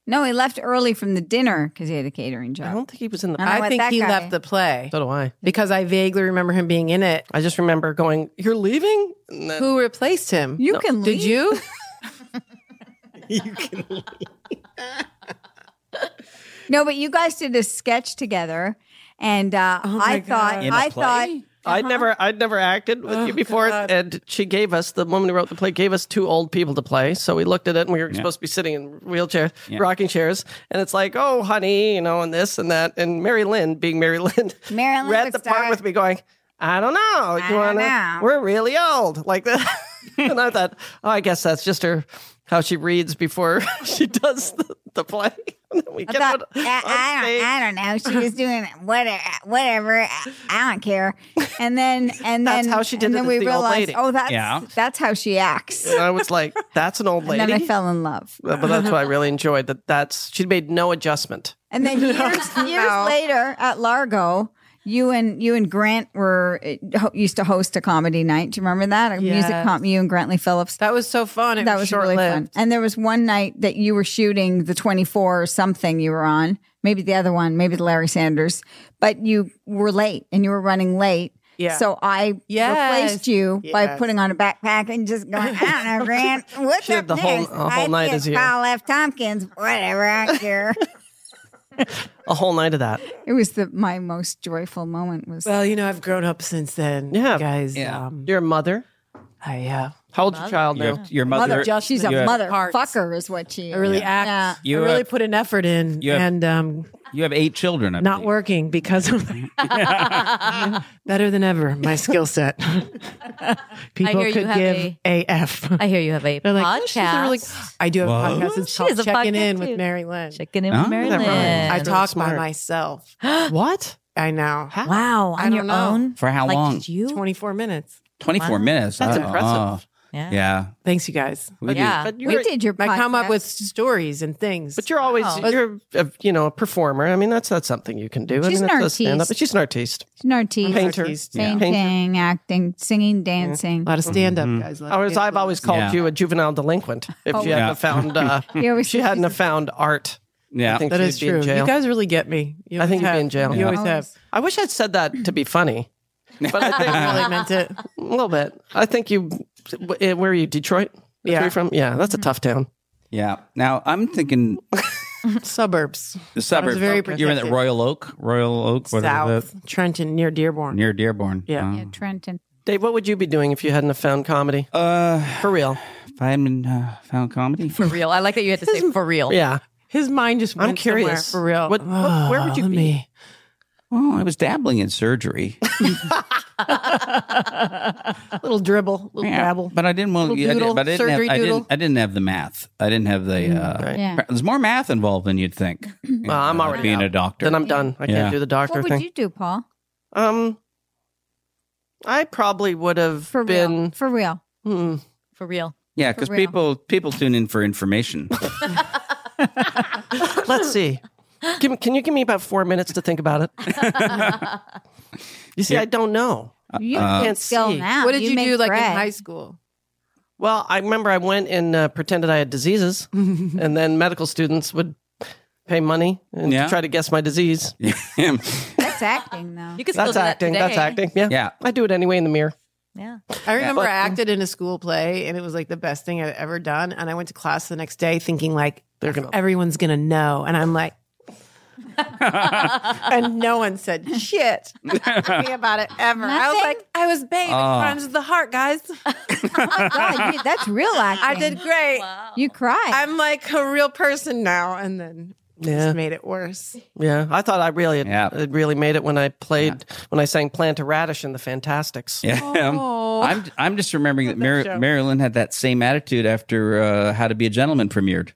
No, he left early from the dinner because he had a catering
I
job.
don't think he was in the.
I don't
I
want
think
that
he
guy.
left the play
So do I.
because I vaguely remember him being in it.
I just remember going, "You're leaving." And then-
Who replaced him?
You can
Did
leave.
you?
No, but you guys did a sketch together, and uh,
Oh
my
I thought
God.
In a
I
play?
thought
I'd never, I'd never acted with
Oh,
you before, and she gave us the woman who wrote the play gave us two old people to play. So we looked at it, and we were supposed to be sitting in wheelchairs, rocking chairs, and it's like, oh, honey, you know, and this and that, and Mary Lynn, being Mary [laughs] Lynn,
Mary Lynn
read
would
the part
start-
with me going. I don't know. You
don't
wanna?
know."
We're really old, like
[laughs]
that. [laughs] and I thought, oh, I guess that's just her how she reads before [laughs] she does the, the play. [laughs] And then we
I
get
thought,
out
[laughs] I,
on stage.
I don't, I don't know.
[laughs]
She was doing whatever, whatever. I, I don't care.
[laughs]
And then, and
That's
then,
how she did
and
it
then
as
we
the old
realized,
lady.
oh, that's
Yeah.
that's how she acts.
And I was like, that's an old lady.
And then I fell in love.
Uh, but that's what I really enjoyed. That that's she made no adjustment. [laughs]
And then years, years later at Largo, you and you and Grant were eh, ho- used to host a comedy night. Do you remember that? A music
Yes.
comp. You and Grantley Phillips.
That was so fun. [laughs] It
that was really fun.
short-lived.
And there was one night that you were shooting the 24 or something you were on, maybe the other one, maybe the Larry Sanders, but you were late and you were running late.
Yeah.
So I
Yes.
replaced you by
Yes.
putting on a backpack and just going, I
[laughs]
don't know, Grant, what's
She had
up
the whole-
next?
a whole
I
night
think
as you.
Paul F. Tompkins, whatever, I
[laughs]
don't care.
A whole night of that.
it was the my most joyful moment was
Well, you know, I've grown up since then.
Yeah.
guys.
Yeah.
Um,
Your mother.
I uh, have.
How old's your child
Your,
now?
your mother,
mother. She's a
you have-
motherfucker is what she
I really act.
Yeah.
You
I really
have-
put an effort in,
you have-
and um,
You have eight children. I
not
believe.
working because of
[laughs]
[laughs] better than ever. My
[laughs]
skill set. People
hear you
could
have
give AF.
I hear you have a
They're like,
podcast.
oh, she's a really- I do have a
What?
podcast. It's
She
called
has a
Checking
podcast
In
too.
with Mary Lynn.
Chicken in
Huh?
Maryland.
Never mind.
I
That's
talk by
smart.
myself.
what?
I know.
Wow,
I
on
don't
your
know.
own
For how
like,
long?
did you?
24 minutes.
24
Wow.
minutes.
That's
Uh,
impressive.
Yeah.
uh, yeah.
Thanks, you guys.
We
Yeah.
But
we
you're
did your
I come up
podcast.
with stories and things.
but you're always
Wow.
you're a, you know a performer. I mean that's not something you can do. I
She's
mean,
an
that's a stand-up,
artiste.
but she's an artiste.
an artiste.
Painter.
artiste,
yeah.
painting, acting, singing, dancing.
Uh,
a lot of stand up,
Mm-hmm.
guys. A lot of
Or as I've
stand-up.
always called
Yeah.
you a juvenile delinquent. If you hadn't
Yeah.
have found uh,
You always
she
say
hadn't have found art.
Yeah.
I think
That
she'd
is
be in
true. You
jail.
guys really get me. You
I think you'd
always
be
have.
in jail.
You always have.
Always.
I wish I'd said that to be funny.
[laughs]
But I think
I really meant [laughs] it.
A little bit. I think you. eh, Where are you? Detroit. That's
Yeah.
where you're from. Yeah, that's a tough town.
Yeah. Now I'm thinking
Suburbs,
the suburbs.
very
You're in the
protective.
Royal Oak, Royal Oak, whatever
South, Trenton, near
the-
Dearborn.
near Dearborn.
Yeah.
Yeah, Trenton.
Dave, what would you be doing if you hadn't have found comedy
Uh, uh,
for real?
if I hadn't uh, found comedy,
[laughs] For real. I like that you had to say for real.
Yeah,
His mind just went
I'm curious.
somewhere, for real. Oh,
What- what- where would you
let
be?
me-
well, I was dabbling in surgery.
Little dribble, little
Yeah,
dabble.
But I didn't want.
Little
I did,
doodle,
but I didn't, have,
surgery
I, didn't,
doodle.
I didn't have the math. I didn't have the. Uh,
right.
Yeah.
There's more math involved than you'd think.
Well, I'm already
being
out.
a doctor.
Then I'm done. I
Yeah.
can't do the doctor
What would
thing.
you do, Paul?
Um, I probably would have
For real.
been.
For real.
Hmm,
For real.
yeah, because
real.
people people tune in for information. [laughs]
let's see. Give me, can you give me about four minutes to think about it? you see, I don't know.
You
uh,
can't still
see.
now.
what did you,
make
do like
bread.
in high school?
Well, I remember I went and uh, pretended I had diseases, and then medical students would pay money and
Yeah.
try to guess my disease.
[laughs] That's acting, though.
You could still
That's
do
acting.
that
that's
today.
acting. Yeah.
Yeah.
I do it anyway in the mirror.
Yeah.
I remember I acted in a school play and it was like the best thing I'd ever done. And I went to class the next day thinking like
They're gonna-
everyone's gonna know. And I'm like [laughs] and no one said shit to me about it ever. I was
Nothing?
like, I was bathed in
Oh.
crimes of the heart, guys.
God, Oh, you- that's real acting.
I did great.
You cried.
I'm like a real person now. And then
Yeah.
just made it worse.
Yeah, I thought I really had,
Yeah.
had really made it when I played when I sang "Plant a Radish" in the Fantastics.
Yeah. I'm I'm just remembering that, Mar- Marilyn had that same attitude after uh, How to Be a Gentleman premiered.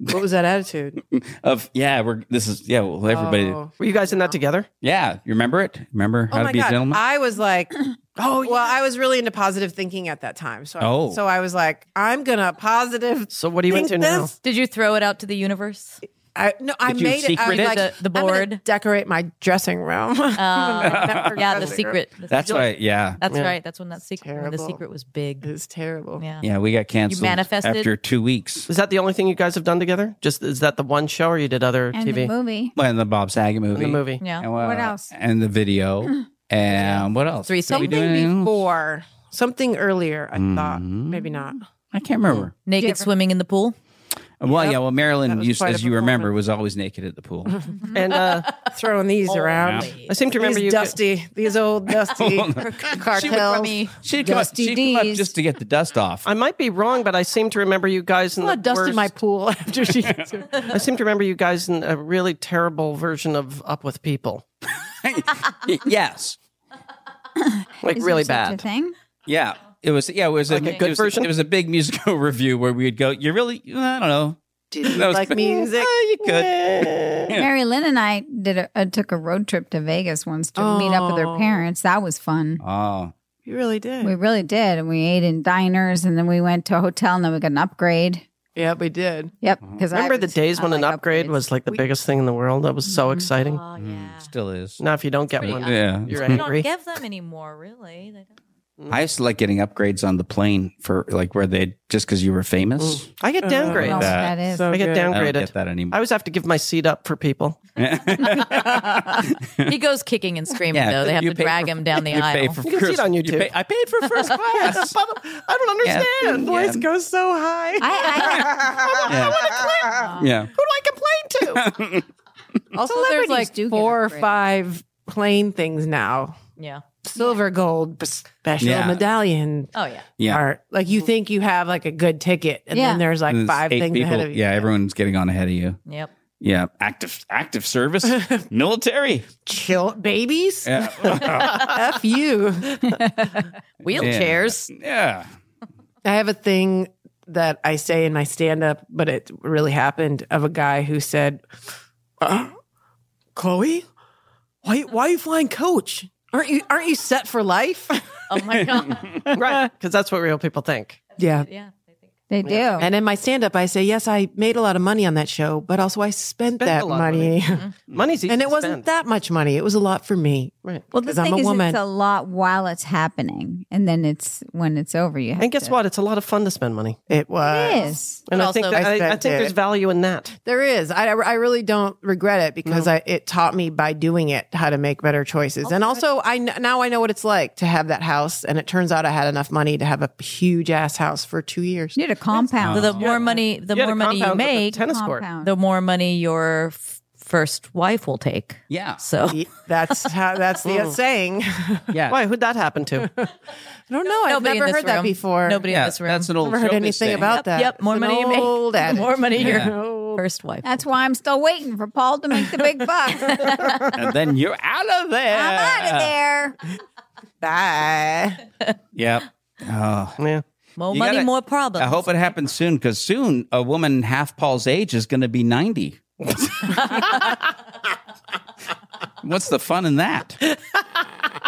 What was that attitude?
Of yeah, we're this is yeah, well everybody
Oh.
Were you guys in that together?
yeah, you remember it? Remember How
Oh
to
my
Be a
god!
Gentleman?
I was [clears throat] like,
Oh,
well, I was really into positive thinking at that time. So,
Oh.
so I was like, I'm gonna positive.
So what are you
think
into now?
this-
Did you throw it out to the universe?
I no, I
Did you
made it. I
secret
was
it?
like,
The- the
I'm gonna
board?
decorate my dressing
Um,
room. [laughs]
yeah, the
Dressing room.
secret. the
That's
secret-
why, yeah.
That's right. That's when that secret. When the
terrible.
secret was big.
It's terrible.
Yeah.
Yeah, we got canceled
manifested?
after two weeks.
Is that the only thing you guys have done together? Just is that the one show, or you did other
and
TV?
the movie.
Well, and the Bob Saget movie.
The movie.
Yeah.
And, uh,
What else?
And the video. and what else?
Three
Did we do anything
Something
else?
before, something earlier. I
Mm-hmm.
thought maybe not.
I can't remember.
Naked swimming in the pool.
Well, yeah. Well, Marilyn,
was
used,
quite a
as you remember,
performance.
was always naked at the pool.
And uh,
Throwing these around.
Holy.
I seem to remember
These
you.
dusty,
[laughs]
these old dusty
Oh,
[laughs] Tell
cartels.
me.
She'd come, up,
Dusty
she'd come up
D's.
just to get the dust
[laughs]
off.
I might be wrong, but I seem to remember you guys in
I'm
the
not dusting
worst,
my pool after she gets here.
I seem to remember you guys in a really terrible version of Up with People,
yes.
like
Is
really
there such a
bad.
thing?
Yeah. It was yeah, it was a,
Like a
it
good
was
version?
It was a big musical [laughs] review where we'd go, You really I don't know.
[laughs] Did
That
you
was
like
good. [laughs]
music?
Eh, you could.
Mary Lynn and I did a, uh, took a road trip to Vegas once to meet up with her
Oh.
parents. That was fun.
Oh.
You really did.
We really did, and we ate in diners, and then we went to a hotel, and then we got an upgrade.
yeah, we [laughs] did.
Yep. Because
Mm. Remember the days when an upgrade was like the biggest thing in the world? That was so exciting.
Oh
Mm-hmm.
yeah.
Still is.
Now, if you don't get
pretty
one,
awesome.
Yeah.
you're
We don't
angry.
give them anymore, really.
[laughs]
They don't.
I used to like getting upgrades on the plane for like where they just because you were famous.
I get
I
downgraded.
don't know what
that.
that is.
So
I get
good.
I don't
downgraded.
get that
I
anymore.
always have to give my seat up for people.
He goes kicking and screaming though. They have
you
to
pay
drag
for-
him
[laughs]
down the
you pay
aisle.
for
You can see it
first-
on YouTube.
[laughs] pay- I paid for
[laughs]
first class.
But I don't
Yeah.
understand. Why is-
Yeah.
goes so high.
I,
[laughs]
yeah.
Who do I complain to?
also,
Celebrities
there's like
do get
four or
upgrades.
five plain things now.
Yeah.
Silver, gold, special
Yeah.
medallion
Oh yeah.
Yeah.
art. Like you think you have like a good ticket, and
Yeah.
then there's like
And there's
five
eight
things
people.
ahead of you.
Yeah, everyone's getting on ahead of you.
Yep.
Yeah, active active
[laughs]
service, military. [laughs]
Chill, babies.
[laughs]
Yeah.
F you.
Wheelchairs.
yeah.
I have a thing that I say in my stand up, but it really happened of a guy who said, uh, Chloe, why, why are you flying coach? Aren't you, aren't you set
[laughs]
for life?
Oh my god.
right. Because that's what real people think.
yeah.
yeah. I think.
they do.
Oh.
And in my stand up, I say, yes, I made a lot of money on that show, but also I spent,
Spent
that
a lot of
money.
Money's easy
[laughs] and
to
it wasn't
spend.
that much money. It was a lot for me.
Right.
well, the
'cause I'm
thing
a
is,
woman.
it's a lot while it's happening, and then it's when it's over. You have
And guess
to-
what? It's a lot of fun to spend money.
It
It
was.
is.
And
But
I think
also-
that, I, I
I
think
spent
there's
it.
value in that.
There is. I, I really don't regret it because I, it taught me by doing it how to make better choices. and also, I kn- now I know what it's like to have that house. And it turns out I had enough money to have a huge ass house for two years.
You need a compound.
Um,
The more money, the
Yeah,
more money you
compound with the
make,
tennis court.
compound.
the more money your f- first wife will take.
Yeah.
So [laughs]
Ye- That's how. That's
Mm.
the saying. [laughs] I
Yeah.
Why? Who'd that happen to?
don't know. I've
Nobody in
never
this
heard that
room.
before.
Nobody
yeah,
in this room.
That's an old
Never heard
showbiz
anything
thing.
about
Yep,
that.
yep, more
It's an
money you make,
old
the
adage.
more money your
Yeah.
[laughs]
first wife.
That's why I'm still waiting for Paul to make the big bucks. [laughs] I'm
And then you're out of
[laughs]
there.
out of there.
Bye.
Yep. Oh.
Yeah.
More
You
money,
gotta-
more problems.
I hope it happens soon because soon a woman half Paul's age is going to be [laughs] 90. What's the fun in that?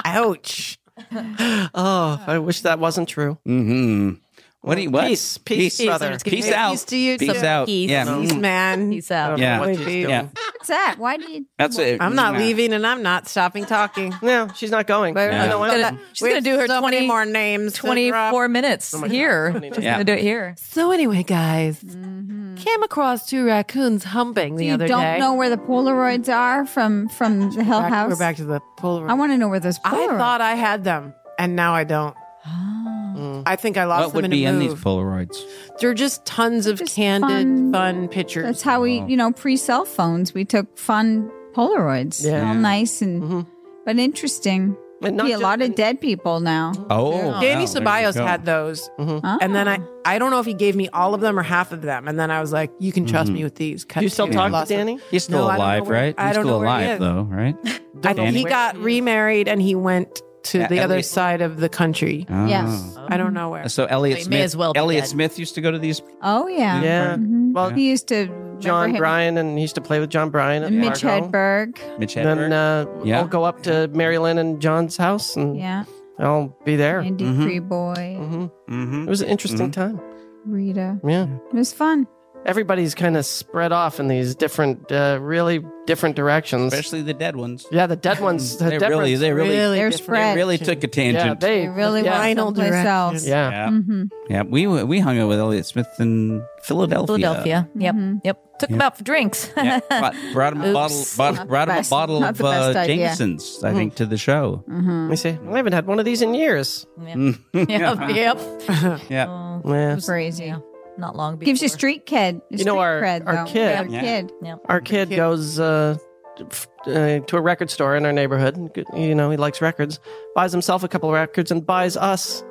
Ouch.
Oh, I wish that wasn't true.
Mm-hmm. What do you what?
Peace, peace, brother.
Peace
Peace
out.
to you
Peace
too.
out.
Peace.
Yeah.
Peace, man.
Peace out.
Yeah.
What she's doing.
Yeah.
What's that? Why do you?
That's it.
I'm not
Nah.
leaving, and I'm not stopping talking.
No, she's not going.
But
Yeah.
You know what?
Gonna- she's
We
gonna
have
do her
so many
20
more names. to drop.
24 minutes
[laughs]
here. She's
Oh Yeah.
gonna do it here.
So anyway, guys, came across two raccoons humping the
Mm-hmm. you
other
don't
day.
know where the Polaroids are from from the Hill
Back-
House.
We're back to the Polaroid.
I want to know where those
I
Polaroids.
thought I had them, and now I don't.
Oh.
Mm. I think I lost
What would
them in
be
a
in
move.
these Polaroids?
They're just tons of
Just
candid,
fun-
fun, pictures.
That's how
Oh.
we, you know, pre cell phones, we took fun Polaroids.
Yeah.
All nice and but interesting.
And not
Be a
just-
lot of dead people now.
Oh.
Danny
wow, there you
Ceballos
go.
had those,
Ah.
and then I, I don't know if he gave me all of them or half of them, and then I was like, "You can trust
Mm-hmm.
me with these." Cut
Do you still
to.
talk to
Lost them.
Danny?
He's still
No, I don't know
alive,
where-
right?
I
He's
don't
still
know where he
alive,
is.
though, right?
I think
Danny?
he got remarried and he went to
Yeah,
the other
Elliot-
side of the country.
Oh.
Yes.
I don't know where.
Ah. So Elliot
So he
Smith,
may as well be
Elliot
dead.
Smith used to go to these.
Oh yeah.
Yeah.
Well, he used to remember
John
him-
Bryan, and he used to play with John Bryan and
Mitch
Margot.
Hedberg.
Mitch
And Then
Hedberg.
uh,
Yeah.
I'll go up to Mary Lynn and John's house, and
Yeah.
I'll be there.
Andy Freeboy,
hmm It
mm-hmm.
was an interesting time.
Rita.
Yeah.
It was fun.
everybody's kind of spread off in these different, uh, really different directions.
especially the dead ones.
yeah, the
[laughs]
dead ones. The
they
dead
really,
ones-
they really,
Really
They're
different.
they
spread.
really took a
yeah,
tangent.
they
They really
yeah,
went
Final
someplace
direction.
else. Mm-hmm.
yeah.
yeah. Yeah, we we hung out with Elliot Smith in Philadelphia.
Philadelphia. Yep.
Mm-hmm.
Yep. Took them out for drinks. [laughs]
Yeah, brought, brought him a bottle,
Oops.
brought, brought him a
best-
bottle
not
of
the best
uh,
idea.
Jameson's, I think, to the show.
Mm-hmm.
Let me see. I haven't had one of these in years.
[laughs]
yep.
[laughs]
yep.
Mm.
Oh,
Yeah,
Yeah.
Crazy.
Not long before.
Gives you street kid.
You know, our-
cred,
our
though.
kid-
Our
Yeah.
kid.
Our kid goes uh, f- uh, to a record store in our neighborhood. You know, he likes records. Buys himself a couple of records and buys us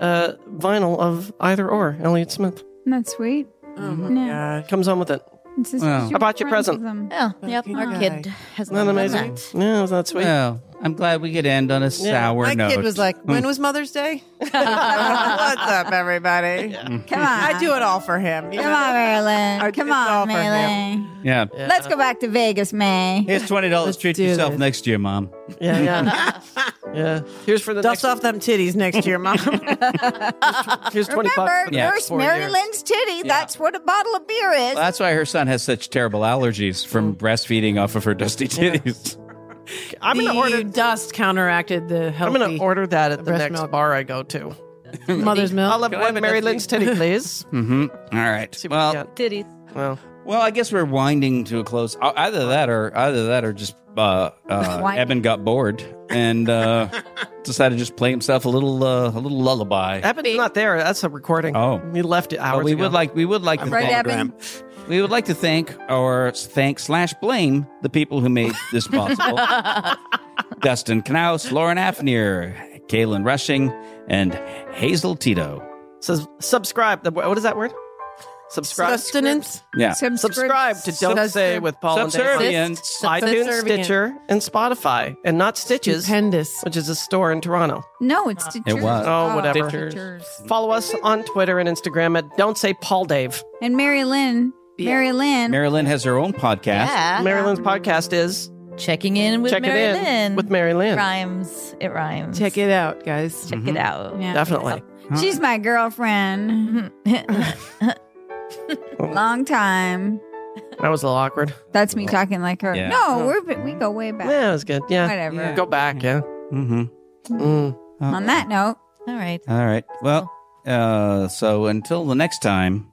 uh, vinyl of either or Elliot Smith.
Isn't that sweet?
Oh my
No.
God.
Comes home with it.
It's just
Wow.
super
How about your
friends
present? [laughs]
with them.
Yeah. Oh, Yep. Our kid has
Isn't that
done
amazing?
that.
Yeah, isn't that sweet?
well, I'm glad we could end on a sour
My
note.
kid was like,
Hmm.
"When was Mother's [laughs] Day?" What's up, everybody?
Mm-hmm.
Come on.
I do it all for him. you
Come
know?
on, Marilyn. Come
it's all
on,
for
Marilyn.
yeah.
Let's go back to Vegas, May.
Here's twenty dollars. Treat
do
yourself
this.
next year, Mom.
Yeah, [laughs] yeah. yeah. Here's for the
Dust
next,
off them titties next year, [laughs] mom.
here's 20 bucks. for
Remember,
the next
nurse
four years.
Marilyn's titty. That's what a bottle of beer is.
Well, that's why her son has such terrible allergies from breastfeeding off of her dusty titties. [laughs]
I'm
the
going to order
dust counteracted the
I'm
healthy
going to order that at the
breast
next
milk.
bar I go to.
mother's
I'll
milk.
have one Mary Lynn's titty, please.
hmm All right.
See what
well,
you got. [laughs]
Titties.
Well,
Well, I guess we're winding to a close. E- Either that, or either that, or just uh, uh,
Wind-
Eben got bored and uh, decided to just play himself a little uh, a little lullaby.
Evan's not there. That's a recording.
Oh.
We left it hours
But we
ago.
would like we would like to
I'm
Right,
thank,
Eben?
Graham.
we would like to thank or thank slash blame the people who made this possible: Dustin Knaus, Lauren Afnier, Kaylin Rushing, and Hazel Tito.
says subscribe. The, what is that word? Subscribe.
Sustenance.
Yeah,
Subscribe
Subscribe.
to Don't
Subscribe.
Say with Paul and Dave on
subservient.
iTunes,
Subservient.
Stitcher, and Spotify, and not Stitches,
Stupendous.
which is a store in Toronto.
No, it's to
It was.
Oh, whatever.
Stitchers.
Follow us on Twitter and Instagram at Don't Say Paul Dave.
And Mary Lynn. Mary Lynn.
Marilyn has her own podcast.
Yeah.
Marilyn's podcast is
Checking in Uh-huh. with
Check It In
Marilyn.
with Mary Lynn.
Rhymes. It rhymes.
Check it out, guys.
Check it out.
Yeah.
[laughs]
Definitely.
She's
[laughs]
my girlfriend. Long time.
That was a little awkward.
That's me talking like her.
Yeah.
No, we're we go way back.
Yeah, it was good. Yeah.
Whatever.
Yeah.
Go back. Yeah.
Mm-hmm.
Mm.
On that note,
All right.
All right. Well, uh, so until the next time.